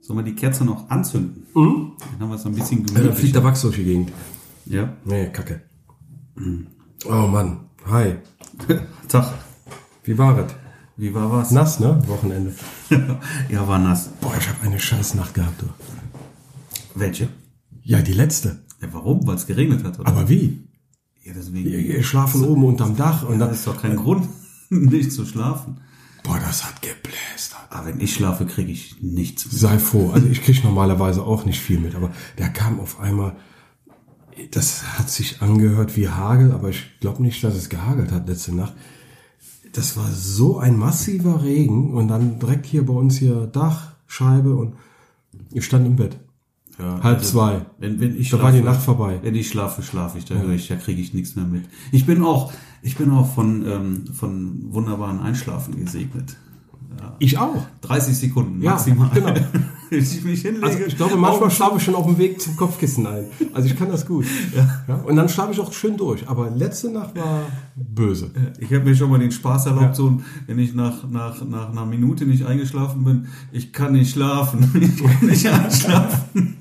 Sollen wir die Kerze noch anzünden? Mhm. Dann haben wir es noch ein bisschen Ja, dann fliegt gemütlicher. der Wachs durch die Gegend. Ja. Nee, kacke. Oh Mann. Hi. Tag. Wie war es? Wie war was? Nass, ne? Wochenende. ja, war nass. Boah, ich habe eine scheiß Nacht gehabt, du. Welche? Ja, die letzte. Ja, warum? Weil es geregnet hat, oder? Aber wie? ja, deswegen. Ihr, ihr schlafen oben unterm Dach und das dann. ist doch kein Grund, nicht zu schlafen. Boah, das hat geblästert. Aber wenn ich schlafe, kriege ich nichts mit. Sei froh. Also ich krieg normalerweise auch nicht viel mit, aber der kam auf einmal. Das hat sich angehört wie Hagel, aber ich glaube nicht, dass es gehagelt hat letzte Nacht. Das war so ein massiver Regen und dann direkt hier bei uns hier Dachscheibe und ich stand im Bett. Ja, Halb zwei. Also Wenn, wenn ich Da war die Nacht vorbei. Wenn ich schlafe, schlafe ich. Da höre ich, da kriege ich nichts mehr mit. Ich bin auch, ich bin auch von, ähm, von wunderbaren Einschlafen gesegnet. Ich auch. 30 Sekunden Ja, maximal. genau. Wenn ich mich hinlege. Also ich glaube, manchmal schlafe ich schon auf dem Weg zum Kopfkissen ein. Also ich kann das gut. Ja. und dann schlafe ich auch schön durch. Aber letzte Nacht war böse. Ich habe mir schon mal den Spaß erlaubt, so, wenn ich nach, nach, nach einer Minute nicht eingeschlafen bin, ich kann nicht schlafen, ich kann nicht einschlafen,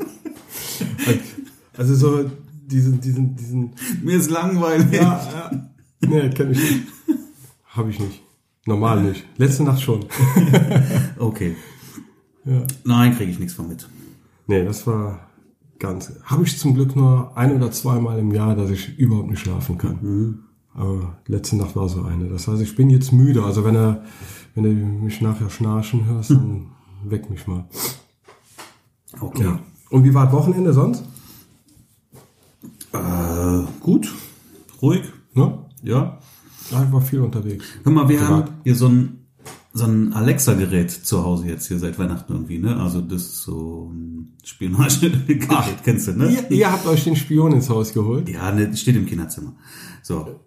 Also so diesen, diesen, diesen mir ist langweilig. Ja, ja. Nee, kenn ich nicht. Habe ich nicht. Normal nicht. Letzte Nacht schon. Okay. Ja. Nein, kriege ich nichts von mit. Nee, das war ganz. Habe ich zum Glück nur ein oder zweimal im Jahr, dass ich überhaupt nicht schlafen kann. Aber letzte Nacht war so eine. Das heißt, ich bin jetzt müde. Also wenn er, wenn du mich nachher schnarchen hörst, dann weck mich mal. Okay. Ja. Und wie war das Wochenende sonst? Äh, gut, ruhig, Ne? ja. Ich war viel unterwegs. Hör mal, wir Privat. haben hier so ein, so ein Alexa-Gerät zu Hause jetzt hier seit Weihnachten irgendwie, ne? Also das ist so ein Spionagegerät, kennst du, ne? Ihr, ihr habt euch den Spion ins Haus geholt. Ja, ne, steht im Kinderzimmer. So,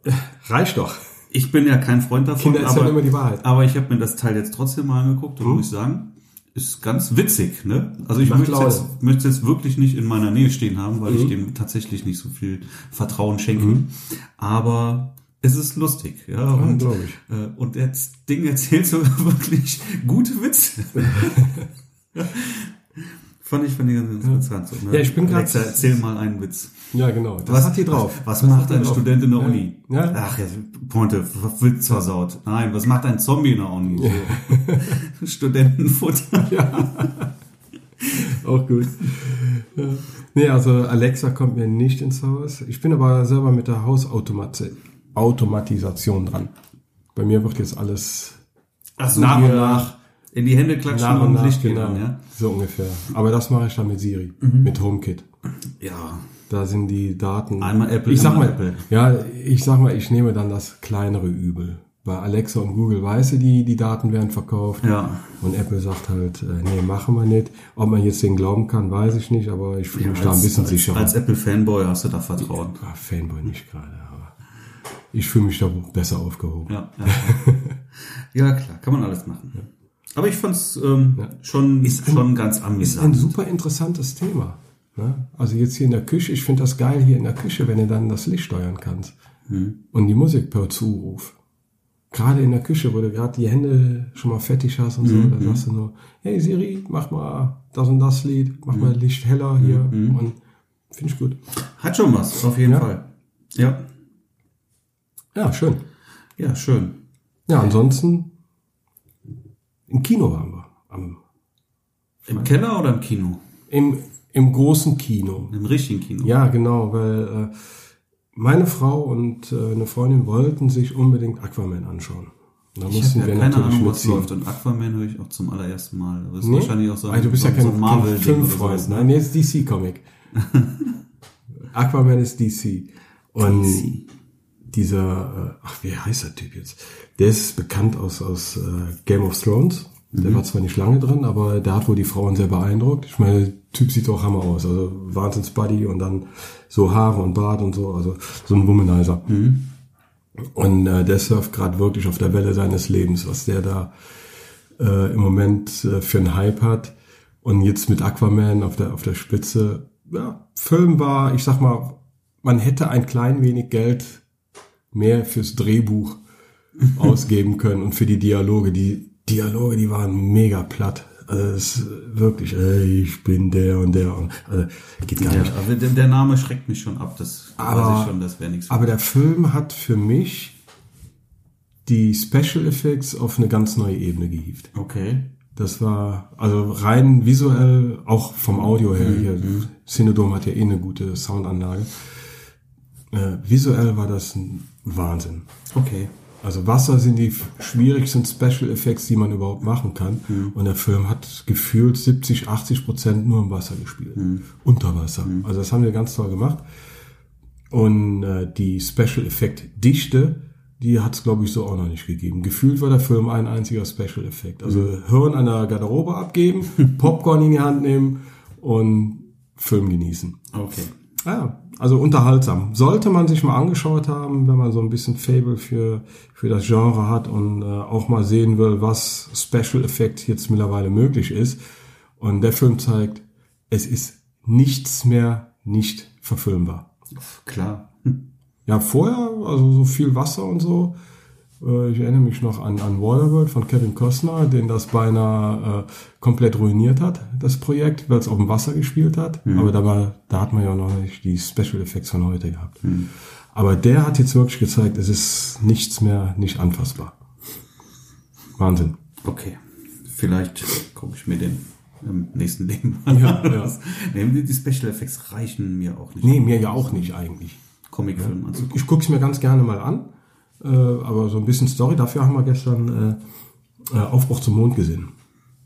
Reicht doch. ich bin ja kein Freund davon, Kinder erzählen aber, immer die Wahrheit. aber ich habe mir das Teil jetzt trotzdem mal angeguckt und muss sagen, ist ganz witzig, ne? Also ich Hm? Macht möchte es Laune. Hm. jetzt, möchte es jetzt wirklich nicht in meiner Nähe stehen haben, weil ich dem tatsächlich nicht so viel Vertrauen schenke. Aber es ist lustig, ja. und, glaub ich. Äh, und das Ding erzählt sogar wirklich gute Witze. fand ich, fand ich ganz interessant. so, ne? Ja, ich bin grad- Alexa, erzähl mal einen Witz. Ja, genau. Das hat die drauf. Was, Das hat macht die ein drauf. Student in der Ja. Uni? Ja. Ach, jetzt Pointe, Witz versaut. Nein, was macht ein Zombie in der Uni? Studentenfutter. Auch gut. Ja. Nee, also Alexa kommt mir nicht ins Haus. Ich bin aber selber mit der Hausautomatisation dran. Bei mir wird jetzt alles Ach so, Nach und hier nach. In die Hände klatschen nach und und nach, Licht genau, gehen an, Mhm. so ungefähr. Aber das mache ich dann mit Siri, mit HomeKit. ja? Ja. Da sind die Daten. Einmal Apple, ich sag einmal mal, Apple. Ja, ich sag mal, ich nehme dann das kleinere Übel. Bei Alexa und Google weiß sie, die, die Daten werden verkauft. Ja. Und Apple sagt halt, äh, nee, machen wir nicht. Ob man jetzt den glauben kann, weiß ich nicht, aber ich fühle mich da ein bisschen als, sicherer. Als Apple-Fanboy hast du da Vertrauen. Ah, Fanboy nicht gerade, aber ich fühle mich da besser aufgehoben. Ja, ja. ja, klar, kann man alles machen. Aber ich fand's ähm, schon, schon ganz Ein amüsant. super interessantes Thema. Ne? Also jetzt hier in der Küche, ich finde das geil hier in der Küche, wenn du dann das Licht steuern kannst Mhm. und die Musik per Zuruf. Gerade in der Küche, wo du gerade die Hände schon mal fettig hast und so, Mhm. da sagst du nur, hey Siri, mach mal das und das Lied, Mhm. mach mal Licht heller hier und finde ich gut. Hat schon was, auf jeden Ja. Fall. Ja. Ja, schön. Ja, schön. Ja, ansonsten im Kino waren wir. Am, Im Keller oder im Kino? im, Im großen Kino. Im richtigen Kino. Ja, genau, weil äh, meine Frau und äh, eine Freundin wollten sich unbedingt Aquaman anschauen. Da Ich mussten habe wir ja keine natürlich Ahnung, was mitziehen. läuft. Und Aquaman höre ich auch zum allerersten Mal. Das ist Nee? wahrscheinlich auch so ein, also, du bist so, ja kein, so ein Marvel kein Filmfreund, ne? Nee, ist DC-Comic. Aquaman ist DC. Und dieser, äh, ach, wie heißt der Typ jetzt? Der ist bekannt aus, aus äh, Game of Thrones. Mhm. Der war zwar nicht lange drin, aber der hat wohl die Frauen sehr beeindruckt. Ich meine, der Typ sieht auch Hammer aus. Also Wahnsinns Buddy und dann so Haare und Bart und so. Also so ein Womanizer. Und äh, der surft gerade wirklich auf der Welle seines Lebens, was der da äh, im Moment äh, für einen Hype hat. Und jetzt mit Aquaman auf der, auf der Spitze. Ja, Film war, ich sag mal, man hätte ein klein wenig Geld mehr fürs Drehbuch ausgeben können und für die Dialoge. Die Dialoge, die waren mega platt. Also es ist wirklich, ey, ich bin der und der. Und, also geht gar Ja, nicht. also der, der Name schreckt mich schon ab. Das Aber- weiß ich schon, das wäre nichts. Aber der Film hat für mich die Special Effects auf eine ganz neue Ebene gehievt. Okay. Das war also rein visuell, auch vom Audio her. Hier, Cinedom hat ja eh eine gute Soundanlage. Äh, visuell war das ein Wahnsinn. Okay. Also Wasser sind die f- schwierigsten Special Effects, die man überhaupt machen kann. Und der Film hat gefühlt 70, 80 Prozent nur im Wasser gespielt. Unter Wasser. Also das haben wir ganz toll gemacht. Und äh, die Special Effekt Dichte, die hat es, glaube ich, so auch noch nicht gegeben. Gefühlt war der Film ein einziger Special Effekt. Also Hirn an der Garderobe abgeben, Popcorn in die Hand nehmen und Film genießen. Okay. Ja, also unterhaltsam. Sollte man sich mal angeschaut haben, wenn man so ein bisschen Fable für, für das Genre hat und äh, auch mal sehen will, was Special Effect jetzt mittlerweile möglich ist. Und der Film zeigt, es ist nichts mehr nicht verfilmbar. Klar. Ja, vorher, also so viel Wasser und so. Äh, Ich erinnere mich noch an, an Waterworld von Kevin Costner, den das beinahe äh, komplett ruiniert hat, das Projekt, weil es auf dem Wasser gespielt hat. Aber da, war, da hat man ja noch nicht die Special Effects von heute gehabt. Aber der hat jetzt wirklich gezeigt, es ist nichts mehr nicht anfassbar. Wahnsinn. Okay. Vielleicht gucke ich mir den im nächsten Leben an. Ja, ja. Nee, die Special Effects reichen mir auch nicht. Nee, mir ja auch nicht eigentlich. Comicfilm anzugucken. Ich gucke es mir ganz gerne mal an, äh, aber so ein bisschen Story. Dafür haben wir gestern äh, äh, Aufbruch zum Mond gesehen.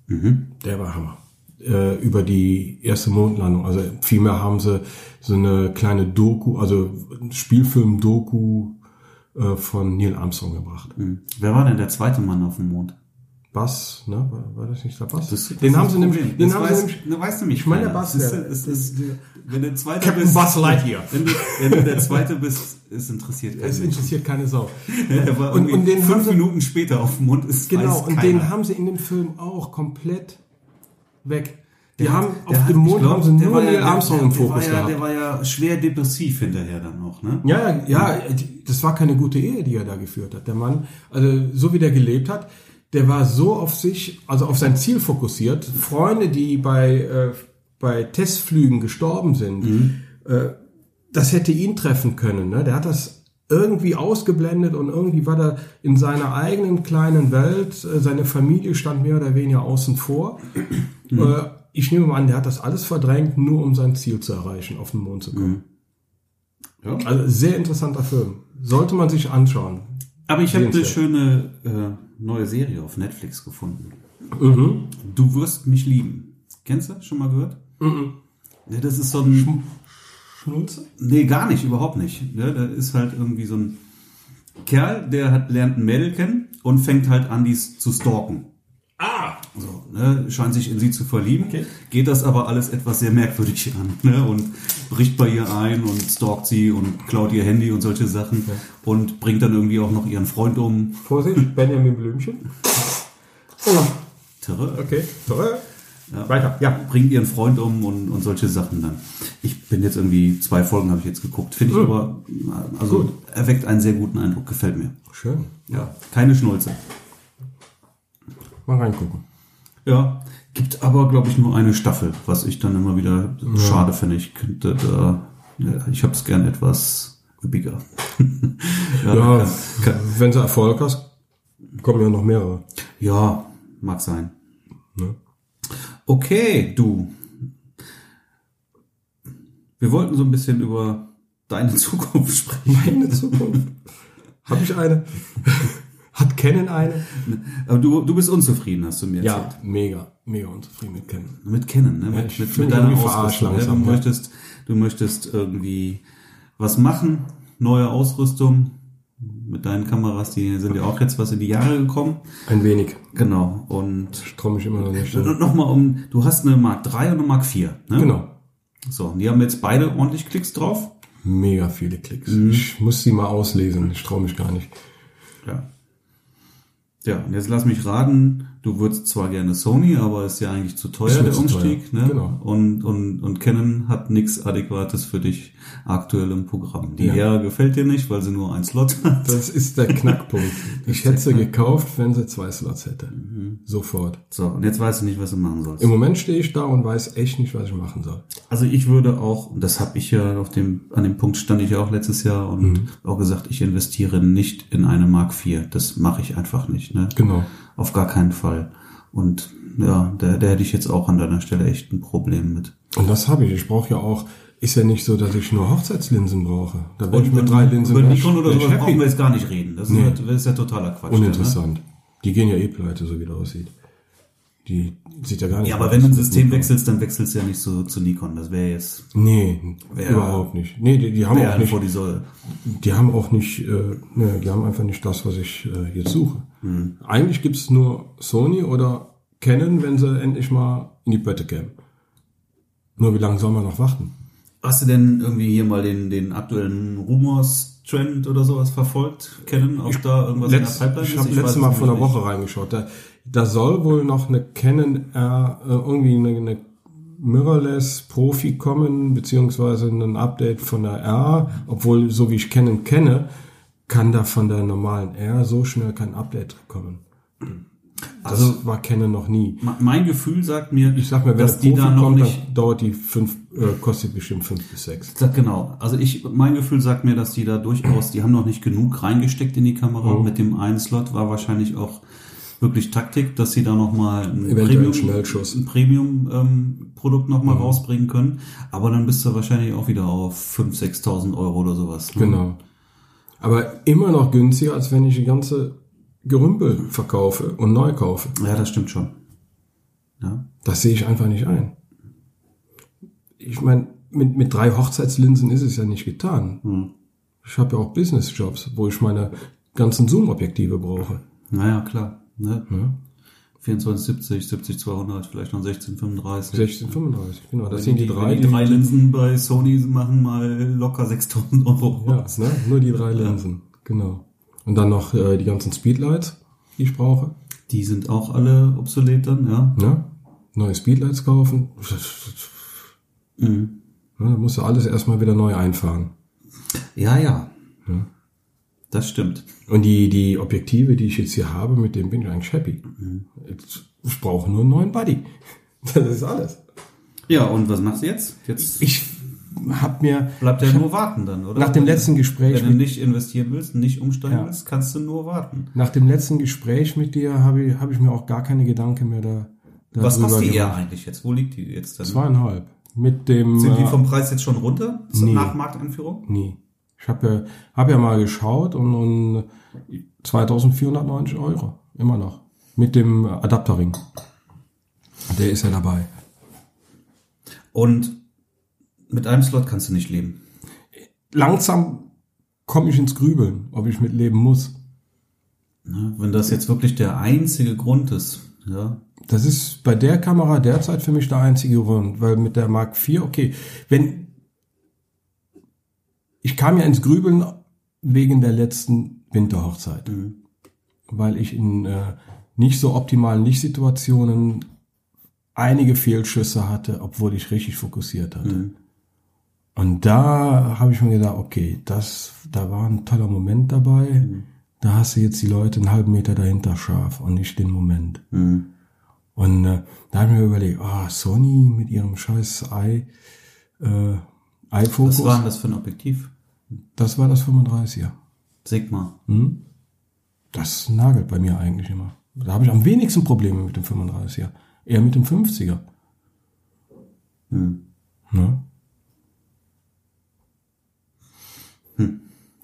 Mhm. Der war Hammer. Äh, über die erste Mondlandung. Also vielmehr haben sie so eine kleine Doku, also Spielfilm-Doku äh, von Neil Armstrong gebracht. Hm. Wer war denn der zweite Mann auf dem Mond? Bass, ne? War, war das nicht der Bass? Das- das den ist haben das sie nämlich, Problem. den Das haben sie weiß, nämlich ne, weißt du mich. Ich meine, keiner. Bass Es ist, wäre- es ist, wenn du zweiter Captain bist, Buzz Lightyear. Wenn du, wenn du der zweite bist, es interessiert Es keinen. interessiert keine Sau. Er war Und- irgendwie und den haben fünf sie- Minuten später auf dem Mond ist Genau, weiß und keiner. den haben sie in dem Film auch komplett weg. Die Der haben hat- der auf hat- dem ich Mond glaub, haben sie der nur war ja- Neil der- Armstrong der- im der Fokus war ja, gehabt. Der war ja schwer depressiv hinterher dann auch, ne? Ja, ja, ja, die- das war keine gute Ehe, die er da geführt hat. Der Mann, also so wie der gelebt hat, der war so auf sich, also auf sein Ziel fokussiert. Freunde, die bei, äh, bei Testflügen gestorben sind, äh, das hätte ihn treffen können. Ne? Der hat das irgendwie ausgeblendet und irgendwie war da in seiner eigenen kleinen Welt, äh, seine Familie stand mehr oder weniger außen vor. Äh, ich nehme mal an, der hat das alles verdrängt, nur um sein Ziel zu erreichen, auf den Mond zu kommen. Ja. Also sehr interessanter Film. Sollte man sich anschauen. Aber ich habe eine Sehenswert. schöne äh, neue Serie auf Netflix gefunden. Mhm. Du wirst mich lieben. Kennst du? Schon mal gehört? Mhm. Ja, das ist so ein. Schnulze? Nee, gar nicht, überhaupt nicht. Ja, da ist halt irgendwie so ein Kerl, der hat, lernt ein Mädel kennen und fängt halt an, dies zu stalken. Ah! So, ne, scheint sich in sie zu verlieben, Okay. geht das aber alles etwas sehr merkwürdig an ne, und bricht bei ihr ein und stalkt sie und klaut ihr Handy und solche Sachen und bringt dann irgendwie auch noch ihren Freund um. Vorsicht, Benjamin Blümchen. Oh, Terror. okay. Toll. Weiter, ja. bringt ihren Freund um und, und solche Sachen dann. Ich bin jetzt irgendwie zwei Folgen habe ich jetzt geguckt, finde ich Mhm. aber also Gut. erweckt einen sehr guten Eindruck, gefällt mir. Schön. Ja, keine Schnulze. Mal reingucken. Ja, gibt aber glaube ich nur eine Staffel, was ich dann immer wieder schade finde. Ich könnte da ja, ich habe es gern etwas üppiger. ja, Ja, kann, kann, wenn du Erfolg hast, kommen ja noch mehrere. ja, mag sein. Ja. Okay, du. Wir wollten so ein bisschen über deine Zukunft sprechen. Meine Zukunft. Habe ich eine? Hat Canon eine? Aber du, du bist unzufrieden, hast du mir erzählt. Ja, mega, mega unzufrieden mit Canon. Mit Kennen, ne? Ja, Mit, ich mit, fühl mit mich deiner irgendwie verarscht Ausrüstung. Ne? Du, langsam, ja. möchtest, du möchtest irgendwie was machen, neue Ausrüstung. Mit deinen Kameras, die sind ja auch jetzt was in die Jahre gekommen. Ein wenig. Genau. Und, Ich trau mich immer noch nicht. und nochmal um, du hast eine Mark 3 und eine Mark 4. Ne? Genau. So, und die haben jetzt beide ordentlich Klicks drauf. Mega viele Klicks. Ich muss sie mal auslesen. Ich trau mich gar nicht. Ja. Ja, und jetzt lass mich raten, du würdest zwar gerne Sony, aber ist ja eigentlich zu teuer Ist mir der zu Umstieg. teuer, Ne? genau. Und, und, und Canon hat nichts Adäquates für dich aktuell im Programm. Die Ja. Ära gefällt dir nicht, weil sie nur einen Slot hat. Das ist der Knackpunkt. Ich hätte sie gekauft, wenn sie zwei Slots hätte. Sofort. So, und jetzt weißt du nicht, was du machen sollst. Im Moment stehe ich da und weiß echt nicht, was ich machen soll. Also ich würde auch, und das habe ich ja auf dem, an dem Punkt stand ich ja auch letztes Jahr und Mhm. auch gesagt, ich investiere nicht in eine Mark IV. Das mache ich einfach nicht. Ne? Genau. Auf gar keinen Fall. Und ja, da, da hätte ich jetzt auch an deiner Stelle echt ein Problem mit. Und das habe ich. Ich brauche ja auch, ist ja nicht so, dass ich nur Hochzeitslinsen brauche. Da bin ich über- mit drei Linsen über bin Nikon ich- oder bin ich sowas happy. brauchen wir jetzt gar nicht reden. Das, Nee. ist, ja, das ist ja totaler Quatsch. Ne? Uninteressant. Die gehen ja eh pleite, so wie das aussieht. Die sieht ja gar nicht Ja, aber aus. wenn du ein System wechselst, dann wechselst du ja nicht so zu Nikon. Das wäre jetzt Nee, Ja. überhaupt nicht. Nee, die, die haben wäre auch halt nicht vor die Säule. die haben auch nicht, äh, ne, die haben einfach nicht das, was ich äh, jetzt suche. Eigentlich gibt's nur Sony oder Canon, wenn sie endlich mal in die Bötte kämen. Nur wie lange soll man noch warten? Hast du denn irgendwie hier mal den, den aktuellen Rumors-Trend oder sowas verfolgt? Kennen, ob da irgendwas in Letzt, der Pipeline ich ist? habe weiß letztes es Mal vor einer nämlich nicht. Woche reingeschaut. Da, da soll wohl noch eine Canon R, äh, irgendwie eine, eine Mirrorless Profi kommen, beziehungsweise ein Update von der R, obwohl, so wie ich Canon kenne, kann da von der normalen R so schnell kein Update kommen. Das Also- war Canon noch nie. Me- Mein Gefühl sagt mir, Ich sag mir, wenn dass der die Profi da noch kommt, nicht. dann dauert die fünf, äh, kostet bestimmt fünf bis sechs. Sag Genau. Also ich, mein Gefühl sagt mir, dass die da durchaus, die haben noch nicht genug reingesteckt in die Kamera. Mhm. Mit dem einen Slot war wahrscheinlich auch wirklich Taktik, dass sie da nochmal ein Eventuell Premium, Schnellschuss. Mhm. ein Premium ähm, Produkt nochmal mal rausbringen können. Aber dann bist du wahrscheinlich auch wieder auf 5.000, 6.000 Euro oder sowas. ne? Genau. Aber immer noch günstiger, als wenn ich die ganze Gerümpel verkaufe und neu kaufe. Ja, das stimmt schon. Ja. Das sehe ich einfach nicht ein. Ich meine, mit, mit drei Hochzeitslinsen ist es ja nicht getan. Ich habe ja auch Business-Jobs, wo ich meine ganzen Zoom-Objektive brauche. Naja, klar. Ne? Ja. 2470, 70, 200, vielleicht noch 1635. 1635, genau. Das sind die, drei. wenn die drei Linsen bei Sony machen mal locker 6000 Euro. Ja, ne? nur die drei Linsen. Genau. Und dann noch äh, die ganzen Speedlights, die ich brauche. Die sind auch alle obsolet dann, ja. Ne? Neue Speedlights kaufen. Mhm. Ne, da musst du alles erstmal wieder neu einfahren. Ja, ja. Das stimmt. Und die, die Objektive, die ich jetzt hier habe, mit dem bin ich eigentlich happy. Jetzt- Ich brauche nur einen neuen Buddy. Das ist alles. Ja, und was machst du jetzt? Jetzt Ich habe mir bleibt ja nur warten dann, oder? nach dem Wenn- letzten Gespräch, Wenn du mit, nicht investieren willst, nicht umsteigen Ja. willst, kannst du nur warten. nach dem letzten Gespräch mit dir habe ich, habe ich mir auch gar keine Gedanken mehr da. Was darüber kostet die gemacht. eher eigentlich jetzt? Wo liegt die jetzt dann? Zweieinhalb. Mit dem. Sind die äh, vom Preis jetzt schon runter? Nee. Nach Markteinführung? nee. Ich habe ja, hab ja mal geschaut und, und 2490 Euro. Immer noch. Mit dem Adapterring. Der ist ja dabei. Und mit einem Slot kannst du nicht leben. langsam komme ich ins Grübeln, ob ich mitleben muss. Ne? Wenn das jetzt wirklich der einzige Grund ist, ja. Das ist bei der Kamera derzeit für mich der einzige Grund, weil mit der Mark IV, okay, wenn ich kam ja ins Grübeln wegen der letzten Winterhochzeit, weil ich in äh, nicht so optimalen Lichtsituationen einige Fehlschüsse hatte, obwohl ich richtig fokussiert hatte. Und da habe ich mir gedacht, okay, das, da war ein toller Moment dabei. Da hast du jetzt die Leute einen halben Meter dahinter scharf und nicht den Moment. Und äh, da habe ich mir überlegt, ah, Sony mit ihrem scheiß Ei, äh, Was Eye-Fokus, war denn das für ein Objektiv? das war das 35er. Sigma. Das nagelt bei mir eigentlich immer. Da habe ich am wenigsten Probleme mit dem 35er. Eher mit dem 50er. Ne?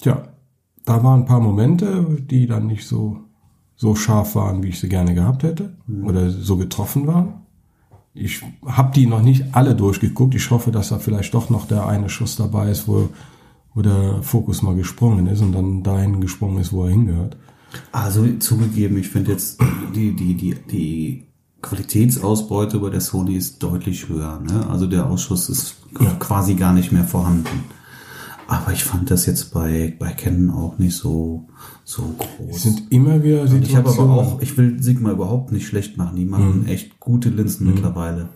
Tja, da waren ein paar Momente, die dann nicht so, so scharf waren, wie ich sie gerne gehabt hätte. Oder so getroffen waren. Ich habe die noch nicht alle durchgeguckt. Ich hoffe, dass da vielleicht doch noch der eine Schuss dabei ist, wo, wo der Fokus mal gesprungen ist und dann dahin gesprungen ist, wo er hingehört. Also zugegeben, ich finde jetzt die, die, die, die Qualitätsausbeute bei der Sony ist deutlich höher. Ne? Also der Ausschuss ist quasi gar nicht mehr vorhanden. Aber ich fand das jetzt bei, bei Canon auch nicht so, so Es groß. sind immer wieder Und ich habe aber Situationen. Mhm. auch, ich will Sigma überhaupt nicht schlecht machen. Die machen echt gute Linsen mittlerweile.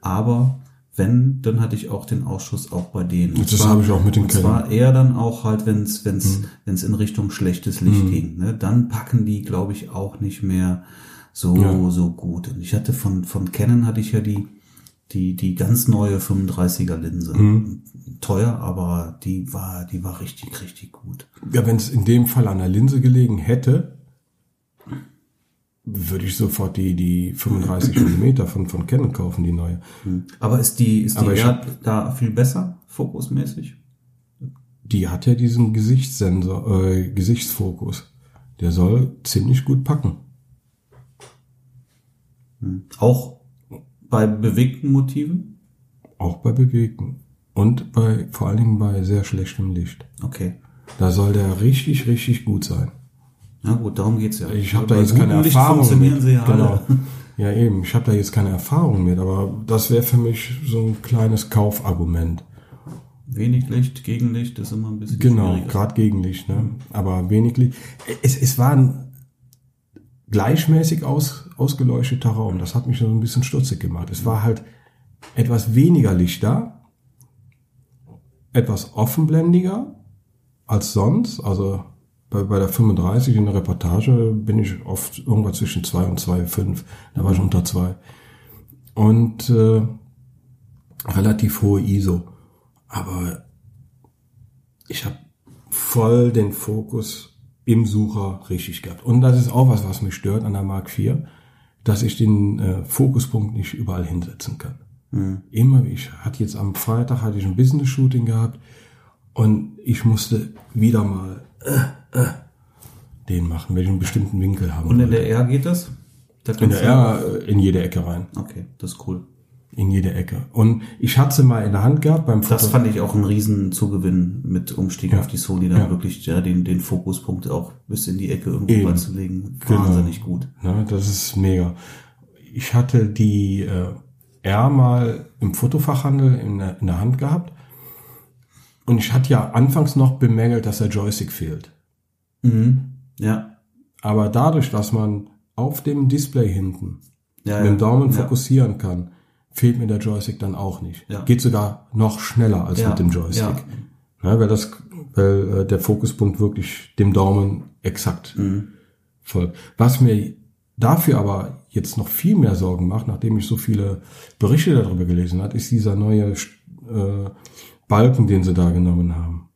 Aber wenn, dann hatte ich auch den Ausschuss auch bei denen. Und Das zwar- habe ich auch mit den und Canon. zwar eher dann auch halt, wenn es wenn's, Mhm. wenn's in Richtung schlechtes Licht ging. Ne? Dann packen die, glaube ich, auch nicht mehr so Ja. so gut. Und ich hatte von von Canon hatte ich ja die die die ganz neue 35er Linse. Mhm. Teuer, aber die war die war richtig richtig gut. Ja, wenn es in dem Fall an der Linse gelegen hätte, würde ich sofort die, die 35 mm von, von Canon kaufen, die neue. Aber ist die ist die Mhm. Aber ich Erd da viel besser fokusmäßig? Die hat ja diesen Gesichtssensor, äh, Gesichtsfokus. Der soll ziemlich gut packen. Mhm. Auch bei bewegten Motiven? Auch bei Bewegten. Und bei, vor allen Dingen bei sehr schlechtem Licht. Okay. Da soll der richtig, richtig gut sein. Na gut, darum geht's ja. Ich habe Bei da jetzt gutem keine Licht Erfahrung. funktionieren sie ja genau. alle. Ja, eben. Ich habe da jetzt keine Erfahrung mit, aber das wäre für mich so ein kleines Kaufargument. Wenig Licht, Gegenlicht ist immer ein bisschen Genau, schwieriger. gerade Gegenlicht, ne? Aber wenig Licht. Es, es war ein gleichmäßig aus, ausgeleuchteter Raum. Das hat mich so ein bisschen stutzig gemacht. Es war halt etwas weniger Licht da, etwas offenblendiger als sonst. Also bei, bei der 35 in der Reportage bin ich oft irgendwas zwischen 2 und 2,5. Da war ich unter 2. Und äh, relativ hohe ISO. Aber ich habe voll den Fokus im Sucher richtig gehabt. Und das ist auch was, was mich stört an der Mark IV, dass ich den äh, Fokuspunkt nicht überall hinsetzen kann. Mhm. Immer, ich hatte jetzt am Freitag hatte ich ein Business-Shooting gehabt und ich musste wieder mal äh, äh, den machen, wenn ich einen bestimmten Winkel haben Und in wollte. der R geht das? Da In kannst der R äh, in jede Ecke rein. du- Okay, das ist cool. In jede Ecke. Und ich hatte sie mal in der Hand gehabt beim Das Foto- fand ich auch einen riesen Zugewinn mit Umstieg auf die Sony, da Ja. wirklich ja, den, den Fokuspunkt auch bis in die Ecke irgendwo Eben. reinzulegen. Genau. Wahnsinnig gut. Ne, das ist mega. Ich hatte die äh, R mal im Fotofachhandel in der, in der Hand gehabt. Und ich hatte ja anfangs noch bemängelt, dass der Joystick fehlt. Mhm. Ja. Aber dadurch, dass man auf dem Display hinten ja. mit ja. dem Daumen ja. fokussieren kann, fehlt mir der Joystick dann auch nicht. Ja. Geht sogar noch schneller als Ja, mit dem Joystick. ja. Ne, weil das, weil äh, der Fokuspunkt wirklich dem Daumen exakt Mhm. folgt. Was mir dafür aber jetzt noch viel mehr Sorgen macht, nachdem ich so viele Berichte darüber gelesen habe, ist dieser neue äh, Balken, den sie da genommen haben.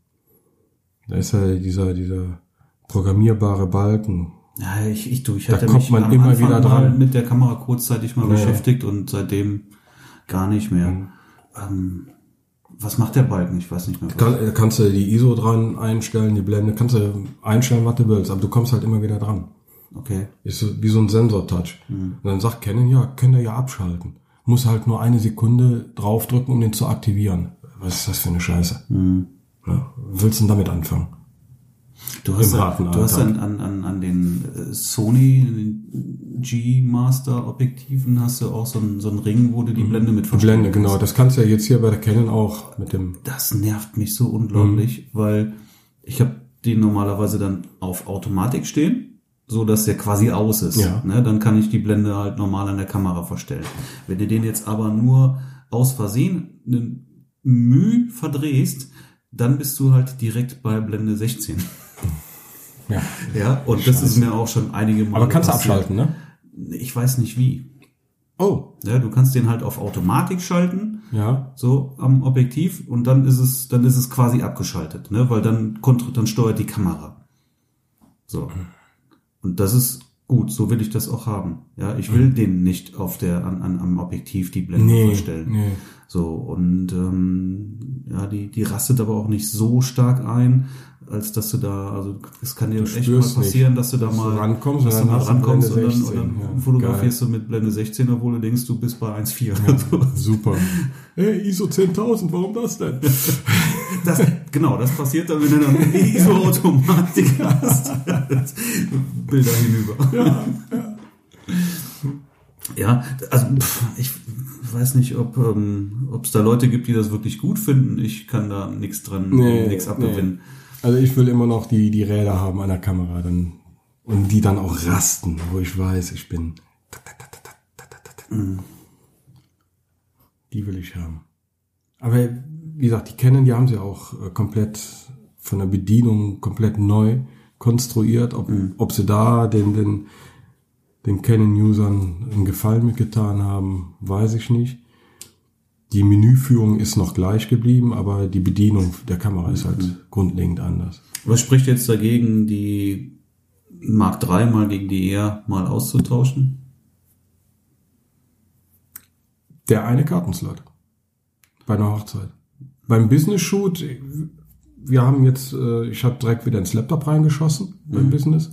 Da ist ja dieser, dieser programmierbare Balken. Ja, ich, ich, du, ich Da hatte kommt mich man am immer Anfang mal wieder dran. mit der Kamera kurzzeitig mal Ja, Mhm. ja. beschäftigt und seitdem gar nicht mehr. Ähm, was macht der Balken? Ich weiß nicht mehr. Was. Kann, äh, kannst du die ISO dran einstellen, die Blende, kannst du einstellen, was du willst, aber du kommst halt immer wieder dran. Okay. Ist so, wie so ein Sensor-Touch. Und dann sagt Canon, ja, könnt ihr ja abschalten. Muss halt nur eine Sekunde draufdrücken, um den zu aktivieren. Was ist das für eine Scheiße? Ja, willst du denn damit anfangen? Du hast, Im ja- harten du hast Alltag. an, an, an, an den äh, Sony den G Master Objektiven hast du auch so einen, so einen Ring, wo du die Blende mit Mhm. Die Blende, verstellen genau. Das kannst du ja jetzt hier bei der Canon auch mit dem... das nervt mich so unglaublich, Mhm. weil ich habe die normalerweise dann auf Automatik stehen, so dass der quasi aus ist. Ja. Ne? Dann kann ich die Blende halt normal an der Kamera verstellen. Wenn du den jetzt aber nur aus Versehen einen Müh verdrehst, dann bist du halt direkt bei Blende 16. Ja. Ja, und das ist mir auch schon einige Mal. Aber kannst du passiert. abschalten, ne? Ich weiß nicht wie. Oh, Ja, du kannst den halt auf Automatik schalten ja. so am Objektiv und dann ist es dann ist es quasi abgeschaltet, ne, weil dann kontr- dann steuert die Kamera. So. Und das ist gut, so will ich das auch haben. Ja, ich will den nicht auf der an, an am Objektiv die Blende Mhm. Nee, verstellen. nee. So und ähm, ja, die die rastet aber auch nicht so stark ein, als dass du da also es kann dir echt mal spürst passieren, dass du da dass du mal rankommst und dass du dann mal hast du rankommst und Blende dann, 16, und dann ja. fotografierst du mit Blende 16, obwohl du denkst, du bist bei 1,4 oder so. Super. Hey, ISO 10.000, warum das denn? Das, genau, das passiert dann, wenn du dann ISO-Automatik hast. Bilder hinüber. Ja, also pff, ich weiß nicht, ob ähm, es da Leute gibt, die das wirklich gut finden. Ich kann da nichts dran, Nee, nichts abgewinnen. Also ich will immer noch die, die Räder haben an der Kamera dann und die dann auch rasten, wo ich weiß, ich bin. Die will ich haben. Aber wie gesagt, die kennen, die haben sie auch äh, komplett von der Bedienung komplett neu konstruiert, ob, Mhm. ob sie da den, den, den Canon-Usern einen Gefallen mitgetan haben, weiß ich nicht. Die Menüführung ist noch gleich geblieben, aber die Bedienung der Kamera ist halt grundlegend anders. Was spricht jetzt dagegen, die Mark III mal gegen die ER mal auszutauschen? Der eine Kartenslot. Bei einer Hochzeit. Beim Business Shoot, wir haben jetzt, äh, ich habe direkt wieder ins Laptop reingeschossen beim Business.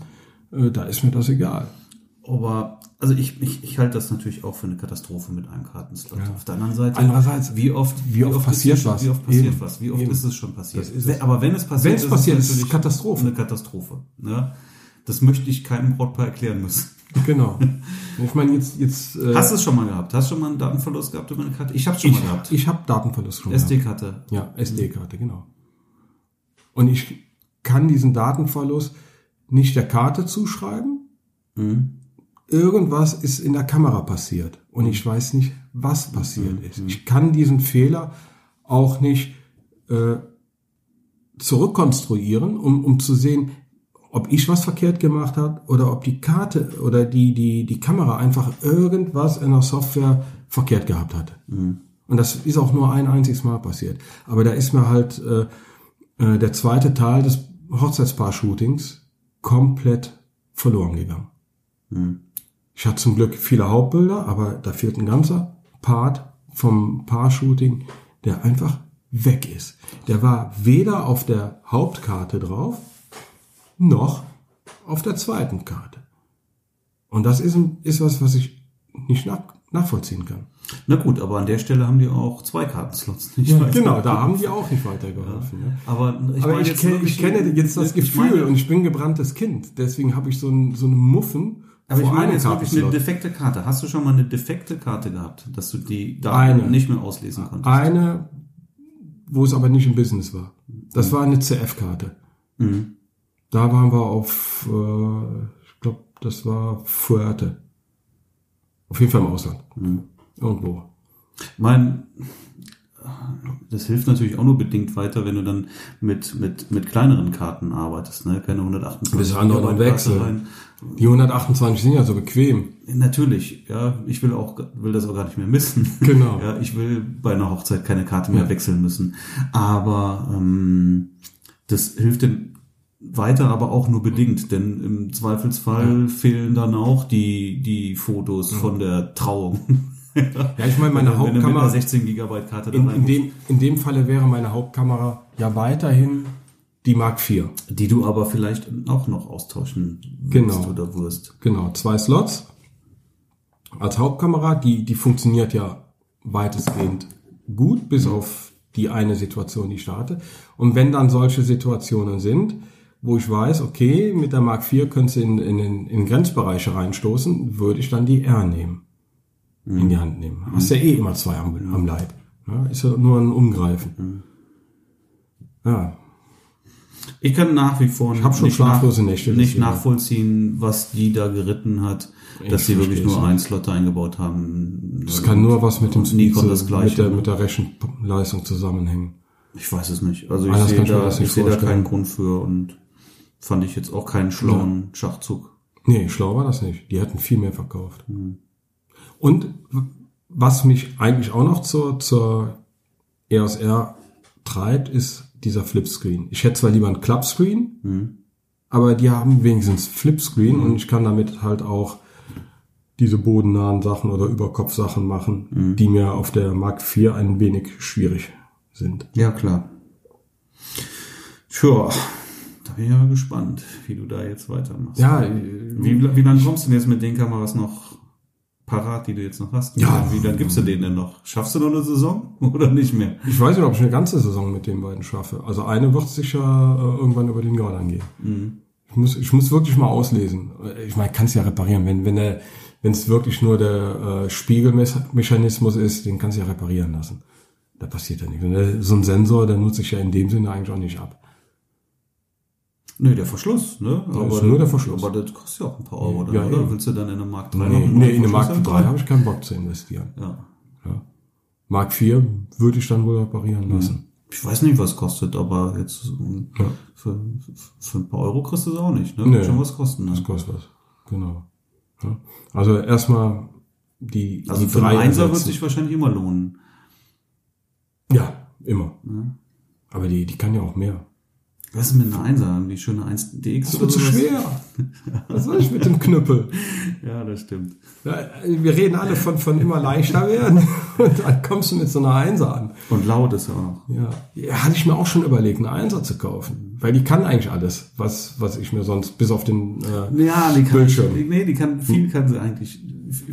Äh, Da ist mir das egal. Aber, also ich, ich, ich halte das natürlich auch für eine Katastrophe mit einem Kartenslot. Ja. Auf der anderen Seite, Andererseits, wie oft, wie oft ist passiert es schon, was? Wie oft passiert Eben. was? Wie oft Eben. ist es schon passiert? Das ist es. Aber wenn es passiert, Wenn's passiert, ist es natürlich Katastrophe. Eine Katastrophe. Ne? Das möchte ich keinem Brautpaar erklären müssen. genau. Ich meine, jetzt, jetzt äh, Hast du es schon mal gehabt? Hast du schon mal einen Datenverlust gehabt über eine Karte? Ich habe schon mal gehabt. ich habe Datenverlust schon. gehabt. SD-Karte. Ja, SD-Karte, genau. Und ich kann diesen Datenverlust nicht der Karte zuschreiben. Mhm. Irgendwas ist in der Kamera passiert und ich weiß nicht, was passiert ist. Ich kann diesen Fehler auch nicht äh, zurückkonstruieren, um, um zu sehen, ob ich was verkehrt gemacht habe oder ob die Karte oder die, die, die Kamera einfach irgendwas in der Software verkehrt gehabt hat. Und das ist auch nur ein einziges Mal passiert. Aber da ist mir halt äh, äh, der zweite Teil des Hochzeitspaar-Shootings komplett verloren gegangen. Ich hatte zum Glück viele Hauptbilder, aber da fehlt ein ganzer Part vom Paar-Shooting, der einfach weg ist. Der war weder auf der Hauptkarte drauf, noch auf der zweiten Karte. Und das ist, ein- ist was, was ich nicht nach, nachvollziehen kann. Na gut, aber an der Stelle haben die auch zwei Kartenslots. Ich weiß genau, nicht. da haben die auch nicht weitergeholfen. ne? Aber ich, Aber meine ich, jetzt kenn, wirklich- ich kenne jetzt das ich Gefühl meine- und ich bin gebranntes Kind. Deswegen habe ich so einen, so einen Muffen aber ich meine einem jetzt wirklich eine Kartenslot. defekte Karte. Hast du schon mal eine defekte Karte gehabt, dass du die Daten Eine. nicht mehr auslesen konntest? Eine, wo es aber nicht im Business war. Das war eine CF-Karte. Mhm. Da waren wir auf, äh, ich glaube, das war Fuerte. Auf jeden Fall im Ausland. Mhm. Irgendwo. Mein, das hilft natürlich auch nur bedingt weiter, wenn du dann mit, mit, mit kleineren Karten arbeitest, ne? Keine 128. Bis andere noch Karte wechseln. rein. Die 128 sind ja so bequem. Natürlich, ja. Ich will auch, will das auch gar nicht mehr missen. Genau. Ja, ich will bei einer Hochzeit keine Karte mehr wechseln müssen. Aber ähm, das hilft dem weiter, aber auch nur bedingt, denn im Zweifelsfall fehlen dann auch die, die Fotos von der Trauung. Ja, ich meine, Wenn du mit meine einer Hauptkamera, 16 Gigabyte Karte da Genau, rein- in, in, dem, in dem Falle wäre meine Hauptkamera ja weiterhin die Mark IV. die du aber vielleicht auch noch austauschen willst Genau. oder wirst. Genau, zwei Slots als Hauptkamera. Die, die funktioniert ja weitestgehend gut, Mhm. bis auf die eine Situation, die ich da hatte. Und wenn dann solche Situationen sind, wo ich weiß, okay, mit der Mark IV könntest du in, in, den- in Grenzbereiche reinstoßen, würde ich dann die R nehmen. In Mhm. die Hand nehmen. Hast ja eh immer zwei am, am Leib. Ja, ist ja nur ein Mhm. Umgreifen. Ja, Ich kann nach wie vor ich hab schon schlaflose Nächte nicht deswegen. nachvollziehen, was die da geritten hat, dass sie wirklich versteh's nur einen Slot da eingebaut haben. das kann nur was mit dem Und Nikon zu- das Gleiche, mit der, ne? mit der Rechenleistung zusammenhängen. Ich weiß es nicht. Also ich Anders sehe kann ich mir da, Ah, das nicht ich sehe da vorstellen. keinen Grund für und fand ich jetzt auch keinen schlauen Schachzug. Nee, schlau war das nicht. Die hatten viel mehr verkauft. Und w- was mich eigentlich auch noch zur, zur EOS R treibt, ist dieser Flipscreen. Ich hätte zwar lieber einen Klappscreen, aber die haben wenigstens Flipscreen und ich kann damit halt auch diese bodennahen Sachen oder Überkopfsachen machen, die mir auf der Mark IV ein wenig schwierig sind. Ja, klar. Tja, da bin ich ja gespannt, wie du da jetzt weitermachst. Ja, hm. Wie, wie lange kommst du denn jetzt mit den Kameras noch parat, die du jetzt noch hast? Ja. Wie lange gibst du denen denn noch? Schaffst du noch eine Saison oder nicht mehr? ich weiß nicht, ob ich eine ganze Saison mit den beiden schaffe. Also eine wird sicher äh, irgendwann über den Mhm. Jordan gehen. Ich muss, ich muss wirklich mal auslesen. Ich meine, kannst ja reparieren, wenn, wenn, der, Wenn es wirklich nur der äh, Spiegelmechanismus ist, den kannst du ja reparieren lassen. Da passiert ja nichts. Und der, so ein Sensor, der nutzt sich ja in dem Sinne eigentlich auch nicht ab. Nee, der Verschluss, ne? ist nur der Verschluss. Aber das kostet ja auch ein paar Euro, dann, Ja, oder? eben. Willst du dann in eine Mark 3 Nee, nee in eine Mark 3 habe ich keinen Bock zu investieren. Ja. Ja. Mark 4 würde ich dann wohl Mhm. reparieren lassen. Ich weiß nicht, was kostet, aber jetzt ähm, Ja. für, für ein paar Euro kriegst du es auch nicht, ne? Nee. Wird schon was kosten. Das Ne? kostet was. Genau. Ja. Also erstmal die, Also die für einen Einser wird ersetzen. sich wahrscheinlich immer lohnen. Ja, immer. Ne? Aber die, die kann ja auch mehr. Was ist mit einer Einser? Die schöne 1DX Das wird zu sowas? schwer. Was soll ich mit dem Knüppel? Ja, das stimmt. Ja, Wir reden alle von, von immer leichter werden. Und dann kommst du mit so einer Einser an. Und laut ist er auch noch. Ja. ja, hatte ich mir auch schon überlegt, eine Einser zu kaufen. Weil die kann eigentlich alles, was, was ich mir sonst bis auf den... Äh, Ja, die kann, Bildschirm. Hm. Nee, die kann, viel kann sie eigentlich,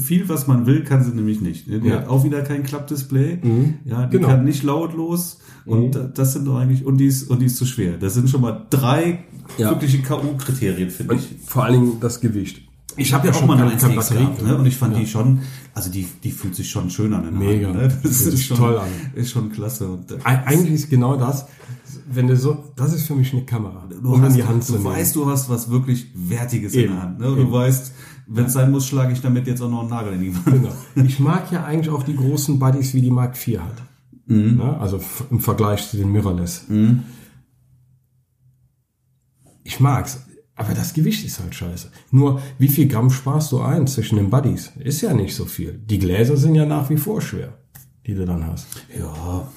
viel was man will, kann sie nämlich nicht. ne? Die Ja. hat auch wieder kein Klappdisplay. Ja, die Genau. Mhm. kann nicht lautlos. Und da- das sind doch eigentlich, und die ist, und die ist zu schwer. Das sind schon mal drei Ja. wirkliche K.O.-Kriterien, finde ich. vor allen Dingen das Gewicht. Ich habe ja auch schon mal eine keine- keine 1DX Batterie. gehabt, ne? Und ich fand die schon, also die, die fühlt sich schon schön an. In der Mega. Hand, ne? Das Fühlt ist sich schon, toll an. Ist schon klasse. Und, äh, Eig- Eigentlich ist genau das, wenn du so, das ist für mich eine Kamera, du, um hast, in die Hand zu du nehmen. weißt, du hast was wirklich Wertiges in Eben. der Hand. Ne? Und du Eben. weißt, wenn es sein muss, schlage ich damit jetzt auch noch einen Nagel in die Wand. Genau. Ich mag ja eigentlich auch die großen Buddies, wie die Mark IV hat. Ne? Also f- im Vergleich zu den Mirrorless. Ich mag's. Aber das Gewicht ist halt scheiße. Nur, wie viel Gramm sparst du ein zwischen den Buddies? Ist ja nicht so viel. Die Gläser sind ja nach wie vor schwer, die du dann hast. Ja,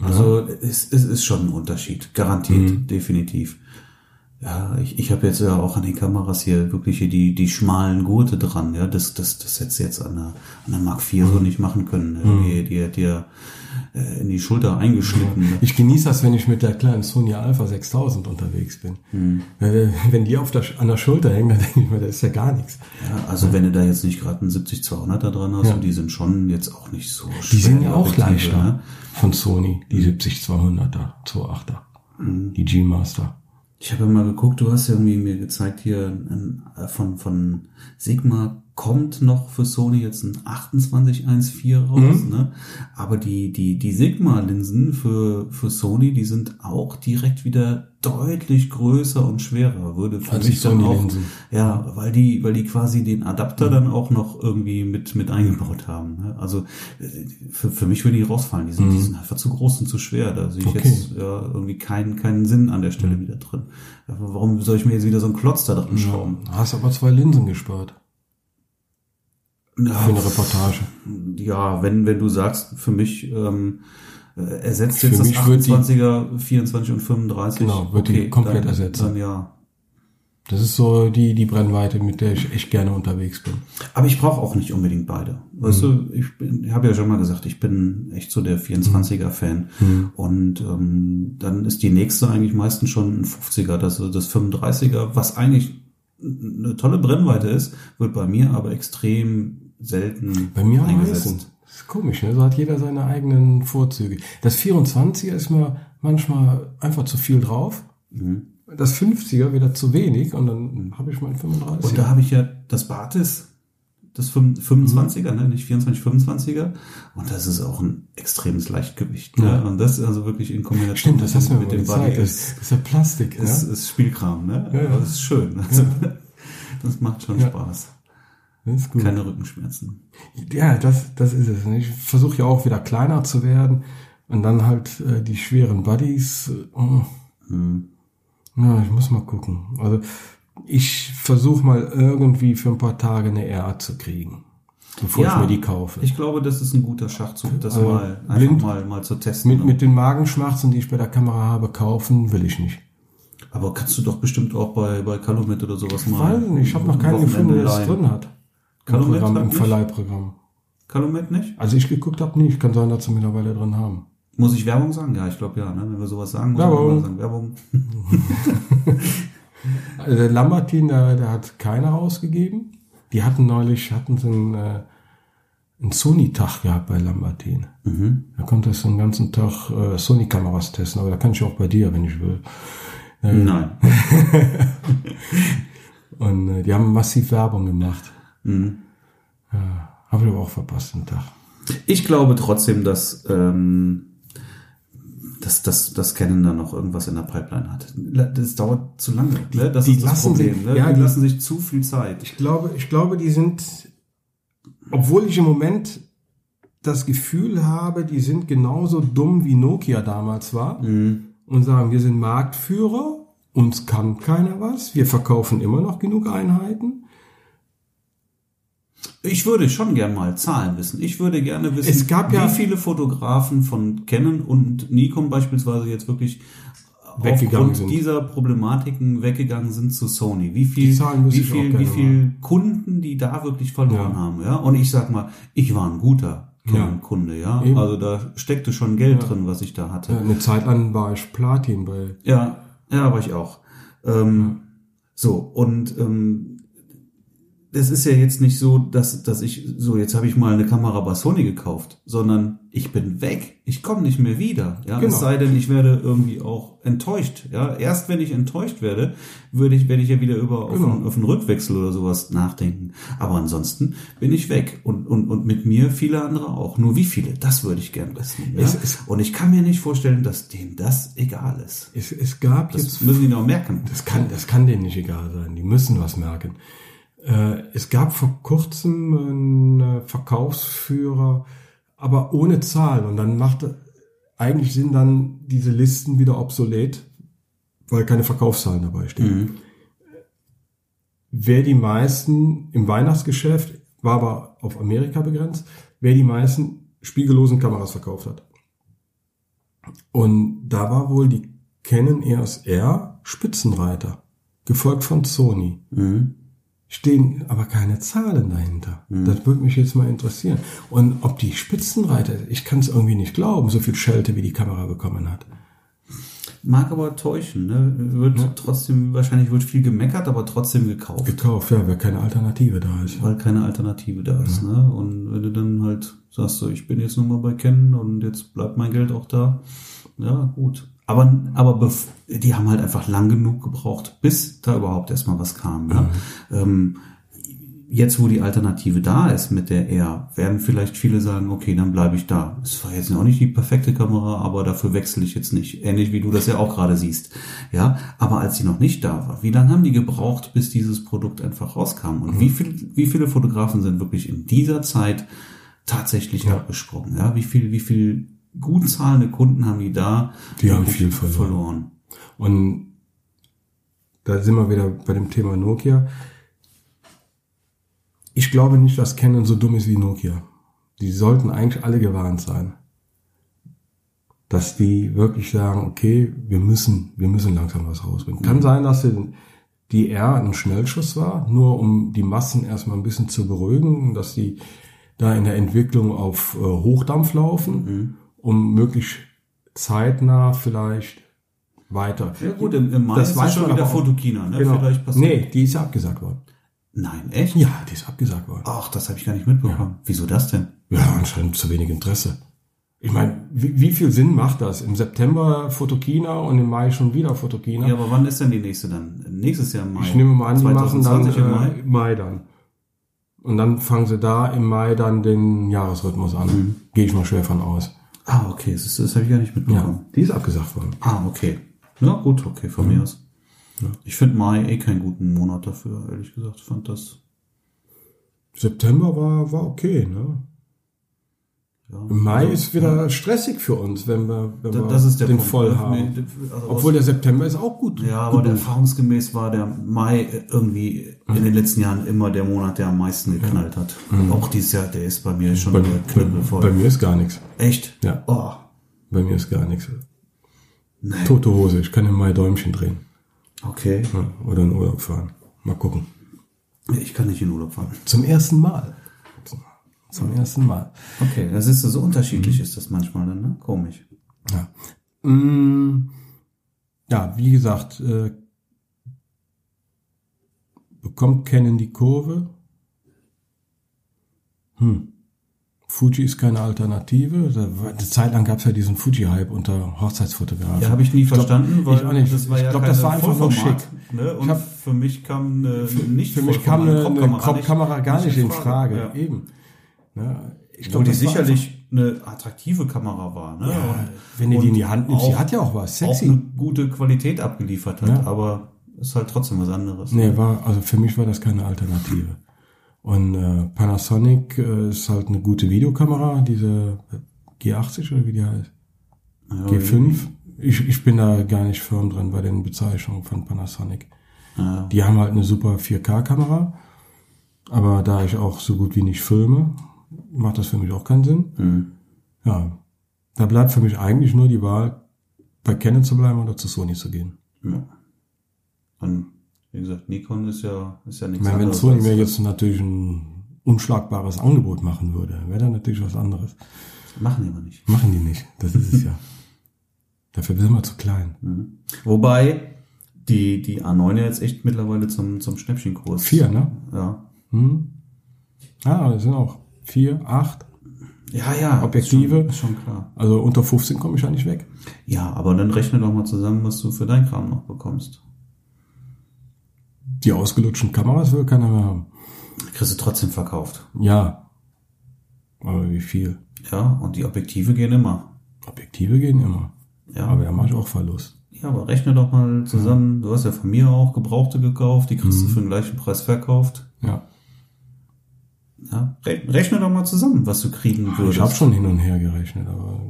also Es, es ist schon ein Unterschied, garantiert, Mhm. definitiv. Ja, ich, ich habe jetzt ja auch an den Kameras hier wirklich hier die, die schmalen Gurte dran, ja, das, das, das hättest du jetzt an der, an der Mark IV so nicht machen können. Mhm. ne? Die, die hat dir äh, in die Schulter eingeschnitten. ne? Ich genieße das, wenn ich mit der kleinen Sony Alpha 6000 unterwegs bin. Weil, Wenn die auf der, Sch- an der Schulter hängen, dann denke ich mir, das ist ja gar nichts. Ja, also wenn du da jetzt nicht gerade einen 70-200er dran hast, Ja. und die sind schon jetzt auch nicht so schwer. Die sind ja auch Objektive, leichter ne? von Sony, die 70-200er, 2.8er, Mhm. die G-Master. Ich habe ja mal geguckt, du hast ja irgendwie mir gezeigt hier ein, äh, von, von Sigma kommt noch für Sony jetzt ein 2814 raus, Mhm. ne? Aber die, die, die Sigma-Linsen für, für Sony, die sind auch direkt wieder deutlich größer und schwerer, würde für Als mich die dann auch, Sony-Linsen. Mhm. ja, weil die, weil die quasi den Adapter dann auch noch irgendwie mit, mit eingebaut haben, ne? Also, äh, für, für mich würden die rausfallen, die sind, die sind einfach zu groß und zu schwer, da sehe ich Mhm. Okay. jetzt, ja, irgendwie keinen, keinen Sinn an der Mhm. Stelle wieder drin. Warum soll ich mir jetzt wieder so einen Klotz da drin schrauben? Hast aber zwei Linsen gespart für Ja, eine Reportage. ja wenn, wenn du sagst, für mich ähm, äh, ersetzt Für jetzt das mich wird die- 28er, 24 und 35. Genau, wird die komplett dann, ersetzen. Dann ja. Das ist so die, die Brennweite, mit der ich echt gerne unterwegs bin. Aber ich brauche auch nicht unbedingt beide. Weißt Mhm. du, ich bin, habe ja schon mal gesagt, ich bin echt so der 24er-Fan. Und ähm, dann ist die nächste eigentlich meistens schon ein 50er, das, das 35er, was eigentlich eine tolle Brennweite ist, wird bei mir aber extrem selten Bei mir am meisten. eingesetzt. Das ist komisch, ne? So hat jeder seine eigenen Vorzüge. Das 24er ist mir manchmal einfach zu viel drauf. Das 50er wieder zu wenig und dann habe ich mein 35er. Und da habe ich ja das Batis, das 25er, Mhm. ne? nicht 24, 25er. Und das ist auch ein extremes Leichtgewicht. Ne? Und das also wirklich in Kombination Stimmt, das hast du mir mit mal dem Body gezeigt. ist Das ist ja Plastik. ist, ne? ist Spielkram, ne? Ja, ja. Aber das ist schön. Also, Das macht schon Ja. Spaß. Das ist gut. Keine Rückenschmerzen. Ja, das, das ist es. ne? Ich versuche ja auch wieder kleiner zu werden und dann halt äh, die schweren Buddies. Äh, oh. Hm. Ja, ich muss mal gucken. Also ich versuche mal irgendwie für ein paar Tage eine RA zu kriegen, bevor ich mir die kaufe. Ich glaube, das ist ein guter Schachzug, das Also, mal einfach blind- mal, mal zu testen. ne? mit, mit den Magenschmerzen, die ich bei der Kamera habe, kaufen will ich nicht. Aber kannst du doch bestimmt auch bei, bei Calumet oder sowas mal. Weiß ich nicht, ich habe noch keinen Wochenende gefunden, der es leihen. drin hat. Im, Kalumet Programm, hat im nicht? Verleihprogramm. Calumet nicht? Also ich geguckt habe nicht, kann sein, dass sie mittlerweile drin haben. Muss ich Werbung sagen? Ja, ich glaube ja. Ne? Wenn wir sowas sagen, muss Werbung. man sagen Werbung. Also der Lambertin, der, der hat keiner rausgegeben. Die hatten neulich, hatten so einen, äh, einen Sony-Tag gehabt bei Lambertin. Da konnte ich so einen ganzen Tag äh, Sony-Kameras testen, aber da kann ich auch bei dir, wenn ich will. Nein. Und äh, die haben massiv Werbung gemacht. Ja, habe ich aber auch verpasst den Tag. Ich glaube trotzdem, dass, ähm, dass, dass, dass Canon da noch irgendwas in der Pipeline hat. Das dauert zu lange. Ne? Das die ist das lassen Problem. sich- ne? ja, die, die- lassen sich zu viel Zeit. Ich glaube, ich glaube, die sind, obwohl ich im Moment das Gefühl habe, die sind genauso dumm wie Nokia damals war und sagen, wir sind Marktführer, uns kann keiner was, wir verkaufen immer noch genug Einheiten. Ich würde schon gern mal Zahlen wissen. Ich würde gerne wissen, Es gab ja- wie viele Fotografen von Canon und Nikon beispielsweise jetzt wirklich Weggegangen aufgrund sind. dieser Problematiken weggegangen sind zu Sony. Wie viel, Die Zahlen wüsste wie ich auch viel, gerne wie viel Kunden, die da wirklich verloren Ja. haben, ja? Und ich sag mal, ich war ein guter Canon-Kunde, ja? Eben. Also da steckte schon Geld drin, was ich da hatte. Äh, Eine Zeit lang war ich Platin bei Ja, ja, war ich auch. Ähm, So, und ähm, es ist ja jetzt nicht so, dass, dass ich, so, jetzt habe ich mal eine Kamera bei Sony gekauft, sondern ich bin weg. Ich komme nicht mehr wieder. Ja? Genau. Es sei denn, ich werde irgendwie auch enttäuscht. Ja? Erst wenn ich enttäuscht werde, würde ich, werde ich ja wieder über auf, Genau. einen, auf einen Rückwechsel oder sowas nachdenken. Aber ansonsten bin ich weg. Und, und, und mit mir viele andere auch. Nur wie viele, das würde ich gern wissen. Ja? Es- es- und ich kann mir nicht vorstellen, dass denen das egal ist. es, es gab Das jetzt müssen die noch merken. Das kann, das kann denen nicht egal sein. Die müssen was merken. Äh, es gab vor kurzem einen äh, Verkaufsführer, aber ohne Zahlen. Und dann machte, eigentlich sind dann diese Listen wieder obsolet, weil keine Verkaufszahlen dabei Mhm. stehen. Wer die meisten im Weihnachtsgeschäft, war aber auf Amerika begrenzt, wer die meisten spiegellosen Kameras verkauft hat. Und da war wohl die Canon EOS R Spitzenreiter, gefolgt von Sony. Stehen aber keine Zahlen dahinter. Das würde mich jetzt mal interessieren. Und ob die Spitzenreiter, ich kann es irgendwie nicht glauben, so viel Schelte wie die Kamera bekommen hat. Mag aber täuschen, ne? Wird trotzdem, wahrscheinlich wird viel gemeckert, aber trotzdem gekauft, Gekauft, ja, weil keine Alternative da ist. weil keine Alternative da ist, ne? Und wenn du dann halt sagst, so, ich bin jetzt nur mal bei Canon und jetzt bleibt mein Geld auch da, ja, gut. Aber, aber bef- die haben halt einfach lang genug gebraucht, bis da überhaupt erstmal was kam, ne? Ähm, jetzt, wo die Alternative da ist mit der R, werden vielleicht viele sagen, okay, dann bleibe ich da. Es war jetzt auch nicht die perfekte Kamera, aber dafür wechsle ich jetzt nicht. Ähnlich wie du das ja auch gerade siehst. Ja, aber als sie noch nicht da war, wie lange haben die gebraucht, bis dieses Produkt einfach rauskam? Mhm. Und wie, viel, wie viele Fotografen sind wirklich in dieser Zeit tatsächlich abgesprungen? Ja, wie viel, wie viel gut zahlende Kunden haben die da? Die haben viel wirklich verloren. Und da sind wir wieder bei dem Thema Nokia. Ich glaube nicht, dass Canon so dumm ist wie Nokia. Die sollten eigentlich alle gewarnt sein. Dass die wirklich sagen, okay, wir müssen, wir müssen langsam was rausbringen. Mhm. Kann sein, dass sie die R ein Schnellschuss war, nur um die Massen erstmal ein bisschen zu beruhigen, dass die da in der Entwicklung auf äh, Hochdampf laufen, Mhm. um möglichst zeitnah vielleicht weiter. Ja gut, im, im Mai Das ist weiß schon man wieder aber auch. Fotokina, ne? Genau. Vielleicht passiert. Nee, die ist ja abgesagt worden. Nein, echt? Ja, die ist abgesagt worden. Ach, das habe ich gar nicht mitbekommen. Wieso das denn? Ja, anscheinend zu wenig Interesse. Ich meine, wie, wie viel Sinn macht das? Im September Fotokina und im Mai schon wieder Fotokina. Ja, aber wann ist denn die nächste dann? Nächstes Jahr im Mai. ich nehme mal an, die machen dann im äh, Mai. im Mai dann. Und dann fangen sie da im Mai dann den Jahresrhythmus an. Mhm. Gehe ich mal schwer von aus. Ah, okay, das, ist- das habe ich gar nicht Ja, mitbekommen. die ist abgesagt worden. Ah, okay. Na gut, okay, von mir aus. Ich finde Mai eh keinen guten Monat dafür, ehrlich gesagt. Fand das. September war, war okay, ne? Ja. Mai ist wieder stressig für uns, wenn wir, wenn wir Das ist der den Punkt. voll haben. Nee, also Obwohl der September ist auch gut. Ja, aber gebucht. erfahrungsgemäß war der Mai irgendwie in den letzten Jahren immer der Monat, der am meisten geknallt hat. Auch dieses Jahr, der ist bei mir schon Mhm. Bei, wieder bei, knüppelvoll. bei mir ist gar nichts. Echt? Ja. Oh, Bei mir ist gar nichts. Tote Hose, ich kann im Mai Däumchen drehen. okay. Ja, Oder in Urlaub fahren. Mal gucken. Ich kann nicht in Urlaub fahren. Zum ersten Mal. Zum ersten Mal. Okay, das ist so- so unterschiedlich ist das manchmal dann, ne? Komisch. Ja, Mm, ja wie gesagt, äh, bekommt Canon die Kurve? Hm. Fuji ist keine Alternative. Da war- Eine Zeit lang gab es ja diesen Fuji-Hype unter Hochzeitsfotografen. Ja, habe ich nie verstanden, weil ich auch nicht. das war ich ja glaube, das keine war einfach nur schick. Vollformat. Ne? Und Ich hab- für mich kam eine nicht Für mich kam vollkommene eine, eine Kopfkamera gar nicht, in Frage. Ja. Eben. Ne? Ich Wo glaub, die das war sicherlich eine attraktive Kamera war. Ne? einfach- Und wenn du die in die und Hand nimmst, die auch- hat ja auch was. auch Sexy. eine gute Qualität abgeliefert hat, Ja. aber ist halt trotzdem was anderes. Nee, war, also für mich war das keine Alternative. Und äh, Panasonic äh, ist halt eine gute Videokamera, diese G80 oder wie die heißt? Ja, G5. Ich, ich bin da gar nicht firm drin bei den Bezeichnungen von Panasonic. Ja. Die haben halt eine super 4K-Kamera, aber da ich auch so gut wie nicht filme, macht das für mich auch keinen Sinn. Mhm. Ja, da bleibt für mich eigentlich nur die Wahl, bei Canon zu bleiben oder zu Sony zu gehen. Ja. Und wie gesagt, Nikon ist ja, ist ja Ich nichts meine, wenn anderes. Sony als- mir jetzt natürlich ein unschlagbares Angebot machen würde, wäre dann natürlich was anderes. Machen die aber nicht. Machen die nicht, das ist es ja. Dafür sind wir zu klein. Mhm. Wobei die, die A9 ja jetzt echt mittlerweile zum, zum Schnäppchenkurs. Vier, ne? Ja. Hm? Ah, das sind auch vier, acht. Ja, ja. Objektive. Ist schon, ist schon klar. Also unter 15 komme ich ja nicht weg. Ja, aber dann rechne doch mal zusammen, was du für dein Kram noch bekommst. Die ausgelutschten Kameras will keiner mehr haben. Kriegst du trotzdem verkauft. Ja. Aber wie viel? Ja, und die Objektive gehen immer. Objektive gehen immer. Ja. Aber da mache ich auch Verlust. Ja, aber rechne doch mal zusammen. Du hast ja von mir auch Gebrauchte gekauft, die Mhm. kriegst du für den gleichen Preis verkauft. Ja. Ja, re rechne doch mal zusammen, was du kriegen würdest. Also Ich habe schon hin und her gerechnet, aber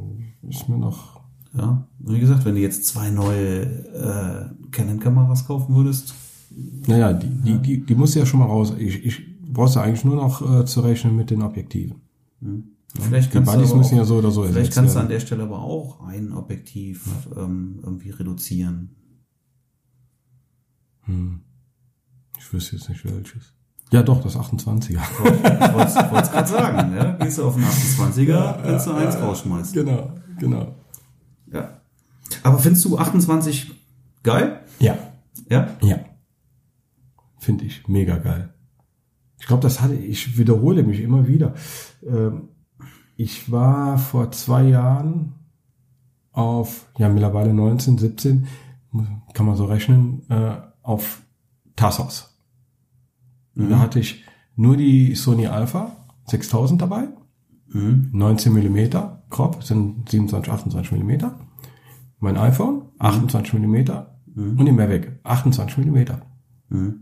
ist mir noch. Ja, wie gesagt, wenn du jetzt zwei neue äh, Canon-Kameras kaufen würdest, Naja, die, die, die, die muss ja schon mal raus. Ich, ich brauchst ja eigentlich nur noch äh, zu rechnen mit den Objektiven. vielleicht Die kannst du Buddies aber müssen auch, ja so oder so vielleicht ersetzt kannst du an werden. der Stelle aber auch ein Objektiv ähm, irgendwie reduzieren. Hm. Ich wüsste jetzt nicht welches. Ja, doch, das 28er. Ich wollte es gerade sagen, ja? Gehst du auf einen 28er, kannst du eins rausschmeißen. genau, genau. Ja. Aber findest du 28 geil? Ja, Ja? ja. Finde ich mega geil. Ich glaube, das hatte ich wiederhole mich immer wieder. Ähm, ich war vor zwei Jahren auf, ja mittlerweile 19, 17, kann man so rechnen, äh, auf Tassos. Und Da hatte ich nur die Sony Alpha 6000 dabei, Mhm. 19 Millimeter Crop, sind 27, 28 Millimeter. Mein iPhone, 28 Millimeter Mhm. und die Mavic, 28 Millimeter. Mhm.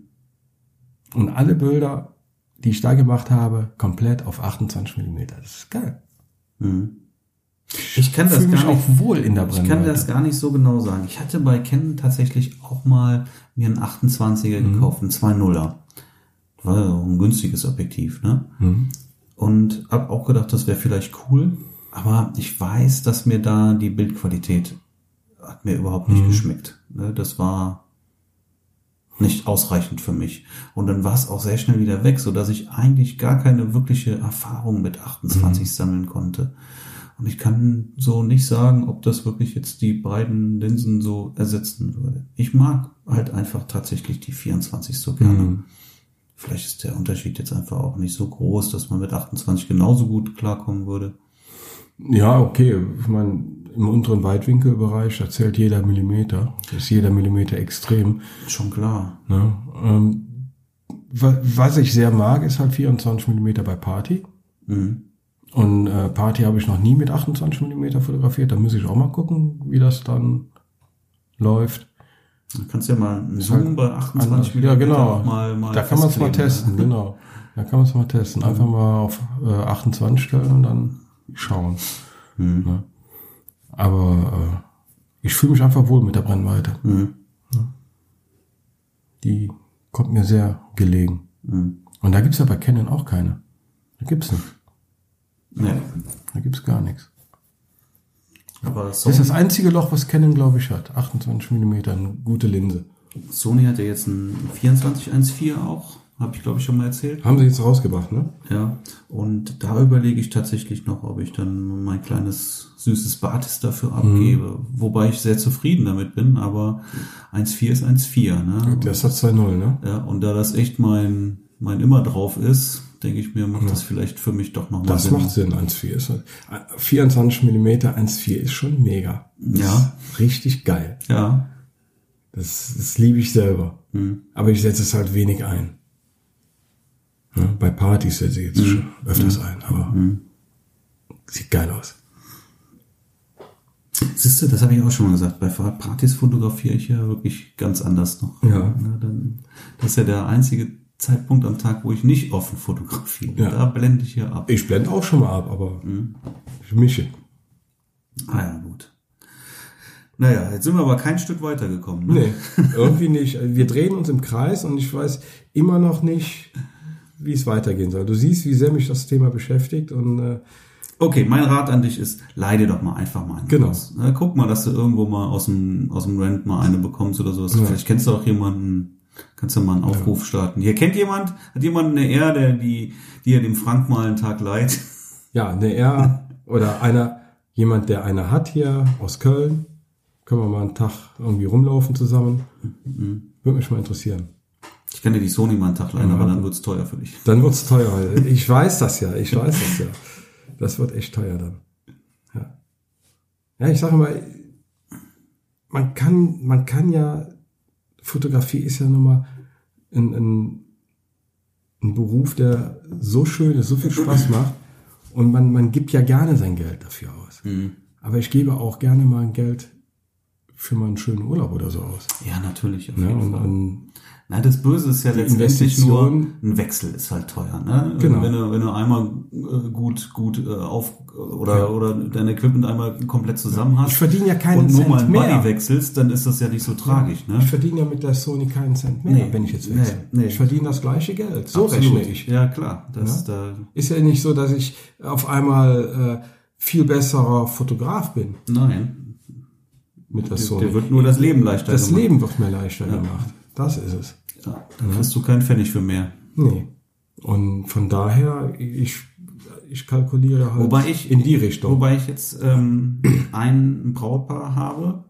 Und alle Bilder, die ich da gemacht habe, komplett auf 28 Millimeter. Das ist geil. Mhm. Ich kann Ich das fühle mich gar nicht auch wohl in der Ich Brennweite. kann das gar nicht so genau sagen. Ich hatte bei Canon tatsächlich auch mal mir einen 28er gekauft, einen 2.0er. War ja auch ein günstiges Objektiv, ne? Mhm. Und hab auch gedacht, das wäre vielleicht cool. Aber ich weiß, dass mir da die Bildqualität hat mir überhaupt nicht geschmeckt. Ne? Das war nicht ausreichend für mich. Und dann war es auch sehr schnell wieder weg, so dass ich eigentlich gar keine wirkliche Erfahrung mit 28 sammeln konnte. Und ich kann so nicht sagen, ob das wirklich jetzt die beiden Linsen so ersetzen würde. Ich mag halt einfach tatsächlich die 24 so gerne. Mhm. Vielleicht ist der Unterschied jetzt einfach auch nicht so groß, dass man mit 28 genauso gut klarkommen würde. Ja, okay. Ich meine, im unteren Weitwinkelbereich, da zählt jeder Millimeter. Da ist jeder Millimeter extrem. Schon klar. Ne? Ähm, wa- was ich sehr mag, ist halt 24 Millimeter bei Party. Mhm. Und äh, Party habe ich noch nie mit 28 Millimeter fotografiert. Da muss ich auch mal gucken, wie das dann läuft. Dann kannst du ja mal einen Zoom bei 28 halt Ja, Millimeter genau. auch mal, mal da kann man es mal festkleben, ne? testen, Mhm. genau. Da kann man es mal testen. Einfach mal auf äh, 28 stellen und dann schauen. Mhm. Ne? Aber äh, ich fühle mich einfach wohl mit der Brennweite. Ne? Mhm. Die kommt mir sehr gelegen. Mhm. Und da gibt's ja bei Canon auch keine. Da gibt's nichts. Ja. Da gibt's gar nichts. Aber Sony, Das ist das einzige Loch, was Canon, glaube ich, hat. 28 mm, eine gute Linse. Sony hat ja jetzt ein 2414 auch. Habe ich, glaube ich, schon mal erzählt. Haben sie jetzt rausgebracht, ne? Ja. Und da überlege ich tatsächlich noch, ob ich dann mein kleines süßes Batis dafür abgebe. Mhm. Wobei ich sehr zufrieden damit bin, aber 1.4 ist 1.4. Ne? Das hat 2.0, ne? Ja, und da das echt mein, mein immer drauf ist, denke ich mir, macht das vielleicht für mich doch nochmal Das Sinn. macht Sinn, 1.4. ist- äh, 24 mm 1.4 ist schon mega. Ja. Ist richtig geil. Ja. Das, das liebe ich selber. Aber ich setze es halt wenig ein. Ne? Bei Partys setze ich jetzt schon öfters ein, aber sieht geil aus. Siehst du, das habe ich auch schon mal gesagt. Bei Partys fotografiere ich ja wirklich ganz anders noch. Ja. Na, dann, das ist ja der einzige Zeitpunkt am Tag, wo ich nicht offen fotografiere. Ja. Da blende ich ja ab. Ich blende auch schon mal ab, aber ich mische. Ah ja, gut. Naja, jetzt sind wir aber kein Stück weitergekommen. Ne? Nee, irgendwie nicht. Wir drehen uns im Kreis und ich weiß immer noch nicht, wie es weitergehen soll. Du siehst, wie sehr mich das Thema beschäftigt und äh, Okay, mein Rat an dich ist, leide doch mal einfach mal einen Genau. aus. Na, guck mal, dass du irgendwo mal aus dem, aus dem Rent mal eine bekommst oder sowas. Vielleicht kennst du auch jemanden, kannst du mal einen Aufruf starten. Hier kennt jemand, hat jemand eine Erde, die, die er dem Frank mal einen Tag leiht. ja, eine R oder einer, jemand, der eine hat hier aus Köln, können wir mal einen Tag irgendwie rumlaufen zusammen. Würde mich mal interessieren. Ich kann dir die Sony mal einen Tag leihen, aber dann wird's teuer für dich. Dann wird's teuer. Ich weiß das ja, ich weiß das ja. Das wird echt teuer dann. Ja, ja ich sage mal, man kann, man kann ja, Fotografie ist ja nun mal ein, ein, ein Beruf, der so schön ist, so viel Spaß macht und man, man gibt ja gerne sein Geld dafür aus. Aber ich gebe auch gerne mal ein Geld für mal einen schönen Urlaub oder so aus. Ja, natürlich. Auf Ja, jeden und, Fall. und Na, das Böse ist ja letztendlich nur Investition- ein Wechsel ist halt teuer, ne? Genau. Wenn du, wenn du einmal äh, gut, gut äh, auf oder, oder dein Equipment einmal komplett zusammen hast. Ich verdiene ja keinen Und nur Cent mal ein mehr. Buddy wechselst, dann ist das ja nicht so tragisch, ne? Ich verdiene ja mit der Sony keinen Cent mehr, Nee, wenn ich jetzt nee, wechsle. nee. Ich verdiene das gleiche Geld. So Absolut. rechne ich. Ja, klar. Das, Da, Ist ja nicht so, dass ich auf einmal äh, viel besserer Fotograf bin nein. mit der Dir, Sony. dir wird nur das Leben leichter das gemacht. Leben wird mir leichter gemacht. Das ist es. Ja, da kriegst du keinen Pfennig für mehr. Nee. Und von daher, ich, ich kalkuliere halt Wobei ich- in die Richtung. Wobei ich jetzt ähm, ein Brautpaar habe,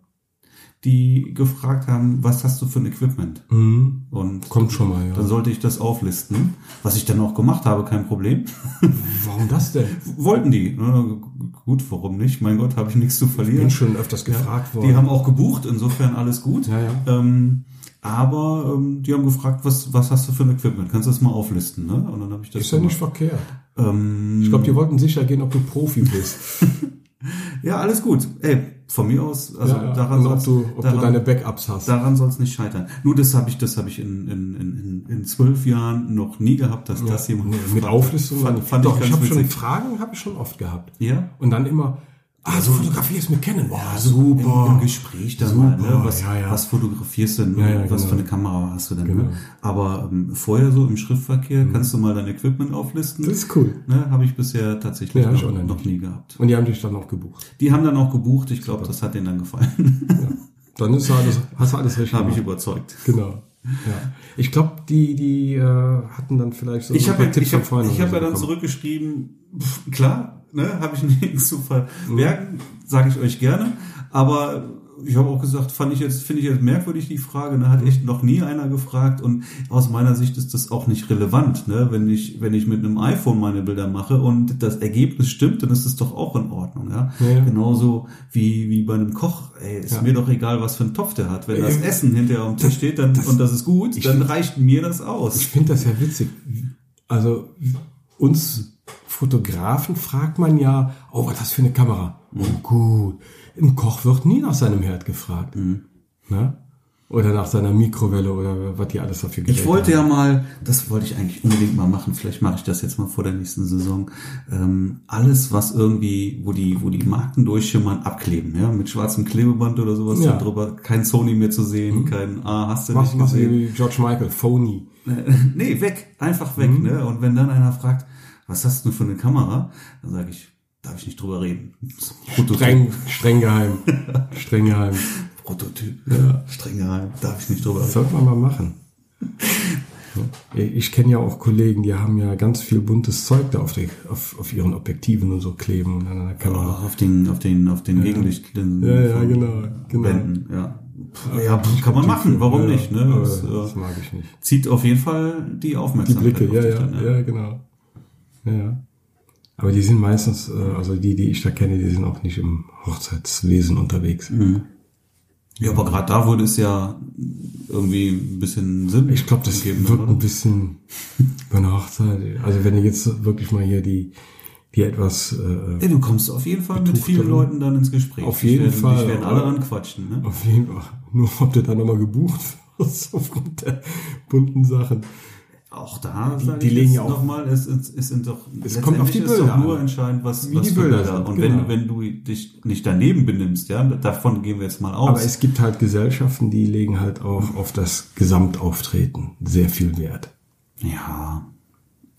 die gefragt haben, was hast du für ein Equipment? Mhm. Und Kommt schon mal, Dann ja. sollte ich das auflisten, was ich dann auch gemacht habe, kein Problem. Warum das denn? Wollten die. Na, Gut, warum nicht? Mein Gott, habe ich nichts zu Ich bin verlieren. schon öfters gefragt worden. Die haben auch gebucht, insofern alles gut. Ja, ja. Ähm, aber ähm, die haben gefragt, was, was hast du für ein Equipment? Kannst du das mal auflisten? Ne? Und dann habe ich das ist ja nicht gemacht. verkehrt. ähm, Ich glaube, die wollten sicher gehen, ob du Profi bist. Ja, alles gut. Ey, von mir aus, also Ja, ja. daran und ob soll's- du, ob daran- du deine Backups hast. Daran soll es nicht scheitern. Nur das habe ich, das habe ich in, in, in, in- in zwölf Jahren noch nie gehabt, dass das jemand Nee, mit Auflistung fand, fand Doch, ich ich, ganz habe schon witzig. Fragen habe ich schon oft gehabt. Ja? Und dann immer, ah, so fotografierst mit Canon. Wow, Ja, super. Also Im, im Gespräch dann mal, ne? Super, was, ja, ja. was fotografierst du denn, Ja, ja, was genau. für eine Kamera hast du denn. Ne? Aber ähm, vorher so im Schriftverkehr kannst du mal dein Equipment auflisten. Mhm. Das ist cool. Ne? Habe ich bisher tatsächlich Ja, hab ich noch, auch noch noch nie gehabt. Und die haben dich dann auch gebucht. Die haben dann auch gebucht, ich glaube, das hat denen dann gefallen. Dann ist alles, hast du alles richtig habe ich gemacht. überzeugt. Genau. Ja. Ich glaube, die, die äh, hatten dann vielleicht so Ich ein habe paar ja, ich hab, Freunden ich hab oder ja so dann bekommen. zurückgeschrieben, pff, klar, ne, habe ich nichts zu verbergen, sage ich euch gerne. Aber ich habe auch gesagt, fand ich jetzt, finde ich jetzt merkwürdig die Frage, ne, hat echt noch nie einer gefragt und aus meiner Sicht ist das auch nicht relevant, ne, wenn ich wenn ich mit einem iPhone meine Bilder mache und das Ergebnis stimmt, dann ist es doch auch in Ordnung, ja. Ja, ja. Genauso wie wie bei einem Koch, ey, ist Ja. mir doch egal, was für einen Topf der hat, wenn das Ja. Essen hinterher am Tisch steht, dann und das ist gut, dann reicht mir das aus. Ich finde das ja witzig. Also uns Fotografen fragt man ja, oh, was ist das für eine Kamera? Oh, gut. Ein Koch wird nie nach seinem Herd gefragt. Mhm. Ne? Oder nach seiner Mikrowelle oder was die alles dafür Ich wollte ja mal, das wollte ich eigentlich unbedingt mal machen, vielleicht mache ich das jetzt mal vor der nächsten Saison, ähm, alles, was irgendwie, wo die, wo die Marken durchschimmern, abkleben, ja, mit schwarzem Klebeband oder sowas Ja. da Mhm. drüber, kein Sony mehr zu sehen, kein, ah, hast du Was nicht machst du gesehen. wie George Michael? Phony. Nee, weg, einfach weg, Mhm. ne, und wenn dann einer fragt, was hast du denn für eine Kamera, dann sage ich, darf ich nicht drüber reden. Prototyp, Streng, streng geheim. streng geheim. Prototyp, ja. streng geheim, darf ich nicht drüber Das reden. sollte man mal machen. Ich kenne ja auch Kollegen, die haben ja ganz viel buntes Zeug da auf, die, auf, auf ihren Objektiven und so kleben und an der Kamera. Auch auf den, auf den, auf den Gegenlicht. Den Ja, ja, genau, genau. Blenden, ja. Ja, kann man machen, warum Ja, nicht? Ne? aber Das, das äh, mag ich nicht. zieht auf jeden Fall die Die Aufmerksamkeit. Blicke, auf ja, dich ja, dann, ja, genau. Ja, ja. Aber die sind meistens, äh, also die, die ich da kenne, die sind auch nicht im Hochzeitswesen unterwegs. Ja, aber gerade da würde es ja irgendwie ein bisschen Sinn Ich glaube, das geben, wirkt oder? ein bisschen benachteiligt. Also wenn du jetzt wirklich mal hier die, die etwas, äh, Ja, du kommst auf jeden Fall mit Betucht vielen dann. Leuten dann ins Gespräch. ne? Auf Die jeden werden, Fall, Ich werden aber- alle ranquatschen, ne? auf jeden Fall, nur ob du da nochmal gebucht wirst aufgrund der bunten Sachen. Auch da Die- sage die ich legen jetzt ja auch- noch mal, es ist, ist, sind doch Es kommt auf die letztendlich ist Bilder doch nur an. entscheidend, was, Wie was die für Bilder Bilder. sind, Und genau. wenn, wenn du dich nicht daneben benimmst, ja, davon gehen wir jetzt mal aus. Aber es gibt halt Gesellschaften, die legen halt auch auf das Gesamtauftreten sehr viel Wert. ja,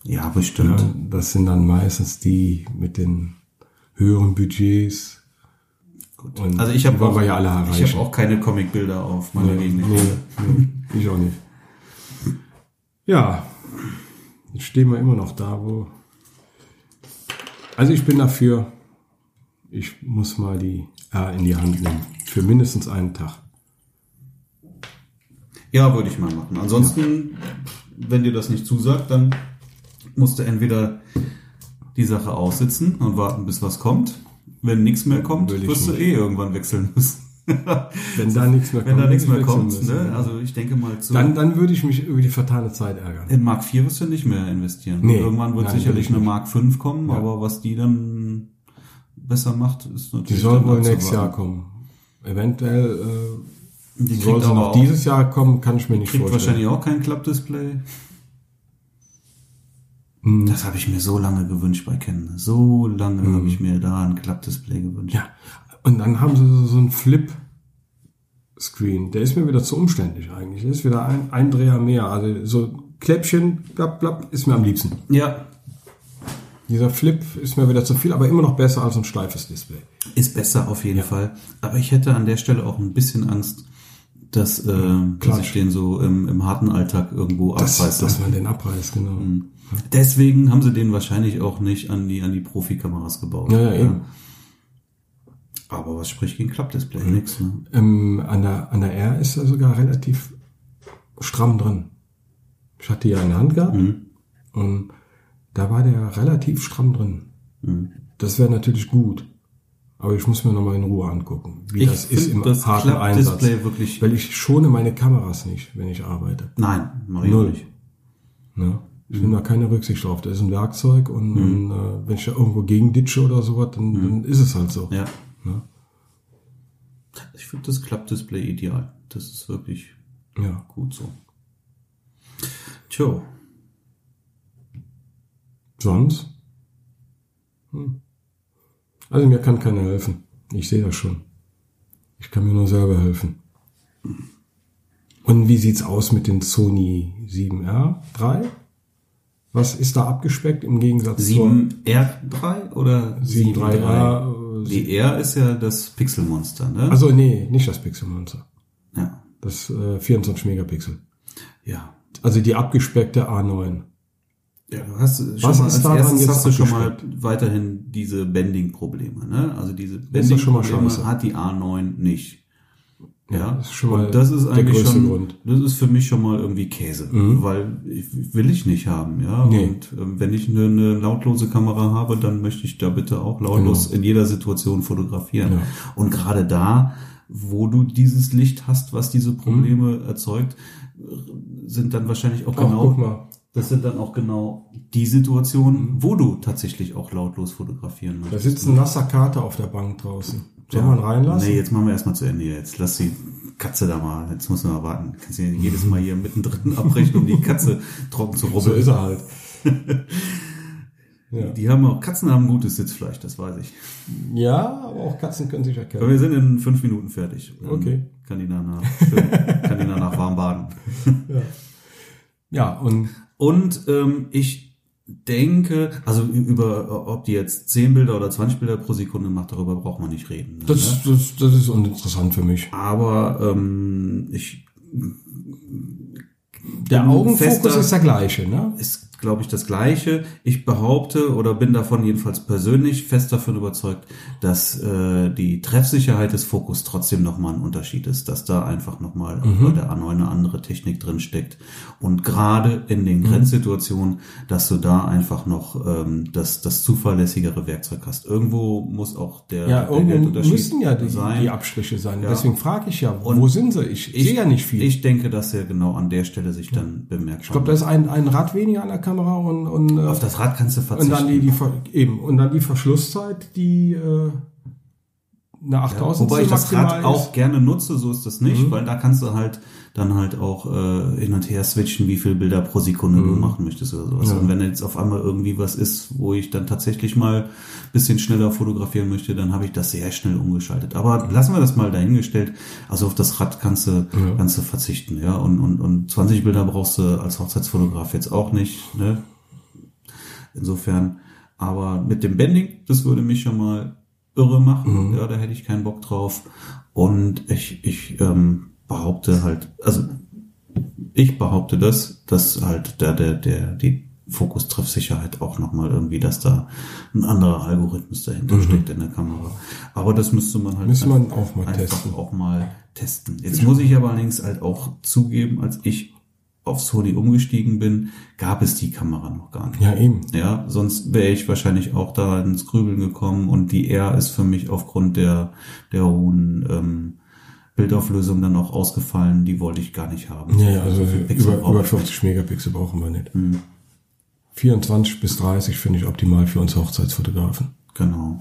ja, bestimmt. Das sind dann meistens die mit den höheren Budgets. Gut. Und Also ich die habe wollen auch, wir ja alle ich erreichen. habe auch keine Comicbilder auf meiner Gegend. nee, nee, ich auch nicht. Ja, jetzt stehen wir immer noch da, wo. Also ich bin dafür, ich muss mal die R in die Hand nehmen. Für mindestens einen Tag. Ja, würde ich mal machen. Ansonsten, wenn dir das nicht zusagt, dann musst du entweder die Sache aussitzen und warten, bis was kommt. Wenn nichts mehr kommt, Will ich wirst du nicht. eh irgendwann wechseln müssen. Wenn da nichts mehr Wenn da nichts mehr wechseln kommt, müssen, ne? ja. also ich denke mal zu. dann, dann würde ich mich über die vertane Zeit ärgern. in Mark 4 wirst du nicht mehr investieren. Nee. Irgendwann wird Nein, will sicherlich ich eine nicht. Mark 5 kommen, Ja. aber was die dann besser macht, ist natürlich. Die soll dann wohl nächstes Jahr abzuwarten. kommen. Eventuell äh, Die kriegt soll sie aber noch auch, dieses Jahr kommen, kann ich mir nicht kriegt vorstellen. wahrscheinlich auch kein Klappdisplay. Hm. Das habe ich mir so lange gewünscht bei Ken. So lange habe ich mir da ein Klappdisplay gewünscht. Ja, und dann haben sie so, so einen Flip-Screen. Der ist mir wieder zu umständlich eigentlich. Der ist wieder ein, ein Dreher mehr. Also so Kläppchen, blapp, blapp, ist mir am liebsten. Ja, Dieser Flip ist mir wieder zu viel, aber immer noch besser als ein steifes Display. ist besser auf jeden Fall. Aber ich hätte an der Stelle auch ein bisschen Angst, dass, äh, dass Klatsch. ich den so im, im harten Alltag irgendwo Das, abreiße. dass man den abreißt, genau. Deswegen haben sie den wahrscheinlich auch nicht an die, an die Profikameras gebaut. Ja, ja, eben. Aber was spricht gegen Klappdisplay? Mhm. Nix, ne? Ähm, an, der, an der R ist er sogar relativ stramm dran. Ich hatte die ja in der Hand gehabt Mhm. und da war der relativ stramm drin. Mhm. Das wäre natürlich gut. Aber ich muss mir nochmal in Ruhe angucken, wie Ich das ist find im das harten Einsatz. Klappdisplay wirklich- Weil ich schone meine Kameras nicht, wenn ich arbeite. Nein, mach ich Null. nicht. Ne? Ich Mhm. nehme da keine Rücksicht drauf. Das ist ein Werkzeug und, und äh, wenn ich da irgendwo gegen ditsche oder sowas, dann, dann ist es halt so. Mhm. Ja. Ne? Ich finde das Klappdisplay ideal. Das ist wirklich ja. gut so. Tja, Sonst? Hm. Also mir kann keiner helfen. Ich sehe das schon. Ich kann mir nur selber helfen. Und wie sieht's aus mit den Sony 7R 3? Was ist da abgespeckt im Gegensatz 7R3 oder zur 7.3R? Äh, Die R ist ja das Pixelmonster, ne? also nee, nicht das Pixel Monster. ja. Das äh, 24 Megapixel. ja. Also die abgespeckte A9. Ja, du hast schon Was mal ist als daran erstes jetzt hast du schon mal weiterhin diese Bending-Probleme, ne? Also diese ist doch schon mal scheiße. Bending-Probleme hat die A9 nicht. Ja, ist schon mal und das ist der eigentlich größte schon, Grund. Mhm. das ist für mich schon mal irgendwie Käse, weil ich, will ich nicht haben, ja. Nee. Und ähm, wenn ich eine, eine lautlose Kamera habe, dann möchte ich da bitte auch lautlos in jeder Situation fotografieren. Genau. Ja. Und gerade da, wo du dieses Licht hast, was diese Probleme erzeugt, sind dann wahrscheinlich auch Mhm. Ach, guck genau, mal. Mhm. das sind dann auch genau die Situationen, wo du tatsächlich auch lautlos fotografieren Da möchtest. sitzt ein nasser Kater auf der Bank draußen. Soll man reinlassen? Nee, jetzt machen wir erstmal zu Ende hier. Jetzt lass die Katze da mal. Jetzt muss man mal warten. Kannst du jedes Mal hier mittendrin abbrechen, um die Katze trocken zu So rubbeln. ist er halt. ja. Die haben auch, Katzen haben gutes Sitzfleisch, das weiß ich. ja, aber auch Katzen können sich Aber erkennen. wir sind in fünf Minuten fertig. Ähm, Okay. Kann die danach, schön, kann die danach warm baden. Ja, und Und ähm, ich denke, also über, ob die jetzt 10 Bilder oder 20 Bilder pro Sekunde macht, darüber braucht man nicht reden. ne? das, das, das ist uninteressant für mich. Aber ähm, ich Der Bin Augenfokus fester- ist der gleiche, ne? ist glaube ich, das Gleiche. Ich behaupte oder bin davon jedenfalls persönlich fest davon überzeugt, dass äh, die Treffsicherheit des Fokus trotzdem nochmal ein Unterschied ist, dass da einfach nochmal mhm. bei der A9 eine andere Technik drin steckt. Und gerade in Mhm. den Grenzsituationen, dass du da einfach noch ähm, das, das zuverlässigere Werkzeug hast. Irgendwo muss auch der, Ja, der irgendwo Geldunterschied müssen ja die, sein. die Abstriche sein. Ja. Deswegen frage ich ja, Und wo sind sie? Ich, sehe ja nicht viel. Ich, Ich denke, dass er genau an der Stelle sich dann bemerkt. Ich glaube, da ist ein, ein Rad weniger an der Kamera und, und, äh, auf das Rad kannst du und verzichten. dann die, die Ver- eben und dann die Verschlusszeit, die äh, eine 8000 Wobei ich das maximal Mhm. Rad ist. auch gerne nutze, so ist das nicht, weil da kannst du halt dann halt auch äh, hin und her switchen, wie viel Bilder pro Sekunde du machen möchtest oder sowas. Mhm. Ja. Und wenn jetzt auf einmal irgendwie was ist, wo ich dann tatsächlich mal ein bisschen schneller fotografieren möchte, dann habe ich das sehr schnell umgeschaltet. Aber lassen wir das mal dahingestellt. Also auf das Rad kannst du, kannst du verzichten, ja. Und, und, und 20 Bilder brauchst du als Hochzeitsfotograf jetzt auch nicht, ne? Insofern, aber mit dem Bending, das würde mich schon mal irre machen. Mhm. Ja, da hätte ich keinen Bock drauf. Und ich, ich ähm, behaupte halt, also ich behaupte das, dass halt da der, der, die Fokustreffsicherheit auch nochmal irgendwie, dass da ein anderer Algorithmus dahinter steckt in der Kamera. Aber das müsste man halt Mhm. Müsste man einfach- auch mal einfach testen. auch mal testen. Jetzt muss ich aber allerdings halt auch zugeben, als ich auf Sony umgestiegen bin, gab es die Kamera noch gar nicht. Ja, eben. Ja, sonst wäre ich wahrscheinlich auch da ins Grübeln gekommen und die R ist für mich aufgrund der, der hohen ähm, Bildauflösung dann auch ausgefallen, die wollte ich gar nicht haben. Ja, ja, also So viel Pixel Mhm. über, brauche über ich. 50 Megapixel brauchen wir nicht. 24 bis 30 finde ich optimal für uns Hochzeitsfotografen. Genau.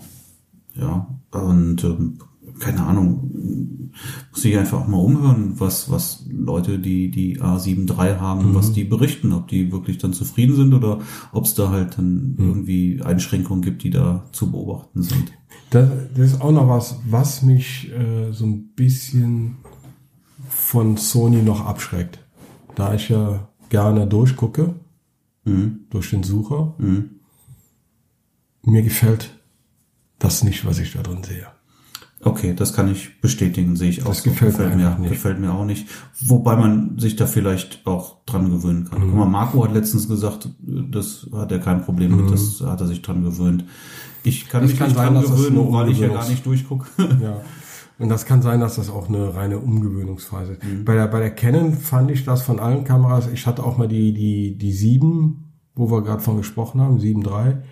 Ja, und ähm, keine Ahnung, muss ich einfach auch mal umhören, was, was Leute, die die A73 haben, was die berichten, ob die wirklich dann zufrieden sind oder ob es da halt dann irgendwie Einschränkungen gibt, die da zu beobachten sind. Das, das ist auch noch was, was mich äh, so ein bisschen von Sony noch abschreckt. Da ich ja gerne durchgucke, Mhm. durch den Sucher, Mhm. mir gefällt das nicht, was ich da drin sehe. Okay, das kann ich bestätigen, sehe ich auch. so. gefällt mir mir einfach nicht. Gefällt mir auch nicht. Wobei man sich da vielleicht auch dran gewöhnen kann. Mhm. Guck mal, Marco hat letztens gesagt, das hat er kein Problem mit, das hat er sich dran gewöhnt. Ich kann Das mich Mhm. kann nicht sein, dran dass das gewöhnen, nur weil ich ja Ungewöhnungs- gar nicht durchgucke. Ja. Und das kann sein, dass das auch eine reine Umgewöhnungsphase ist. Bei, der, bei der Canon fand ich das von allen Kameras. Ich hatte auch mal die, die, die 7, wo wir gerade von gesprochen haben, 7.3,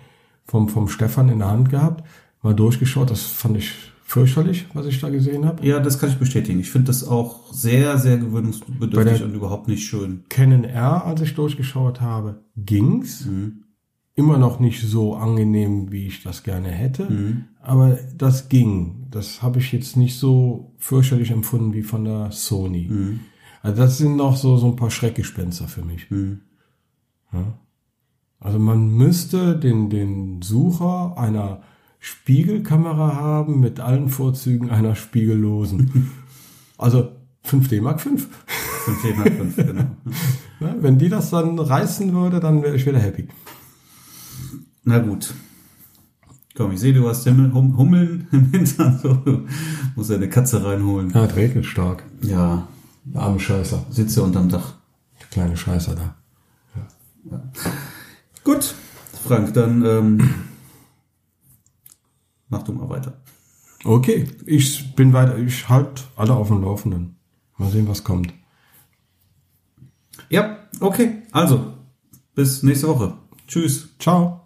vom, vom Stefan in der Hand gehabt. Mal durchgeschaut. Das fand ich fürchterlich, was ich da gesehen habe. ja, das kann ich bestätigen. Ich finde das auch sehr, sehr Bei gewöhnungsbedürftig der- und überhaupt nicht schön. Canon R, als ich durchgeschaut habe, ging's. Mhm. Immer noch nicht so angenehm, wie ich das gerne hätte. Aber das ging. Das habe ich jetzt nicht so fürchterlich empfunden wie von der Sony. Also das sind noch so, so ein paar Schreckgespenster für mich. Ja. Also man müsste den, den Sucher einer Spiegelkamera haben mit allen Vorzügen einer spiegellosen. also 5D Mark 5. Fünf, Thema fünf, genau. Ne? Wenn die das dann reißen würde, dann wäre ich wieder happy. Na gut. Komm, ich sehe, du hast Himmel, hum, Hummeln im Hintern. So. Muss deine Katze reinholen. Ja, regnet stark. Ja, Der arme Scheißer. sitze unterm Dach. Der kleine Scheißer da. Gut, Frank, dann ähm, mach du mal weiter. Okay, ich bin weiter. Ich halt alle auf dem Laufenden. Mal sehen, was kommt. Ja, okay. Also, bis nächste Woche. Tschüss. Ciao.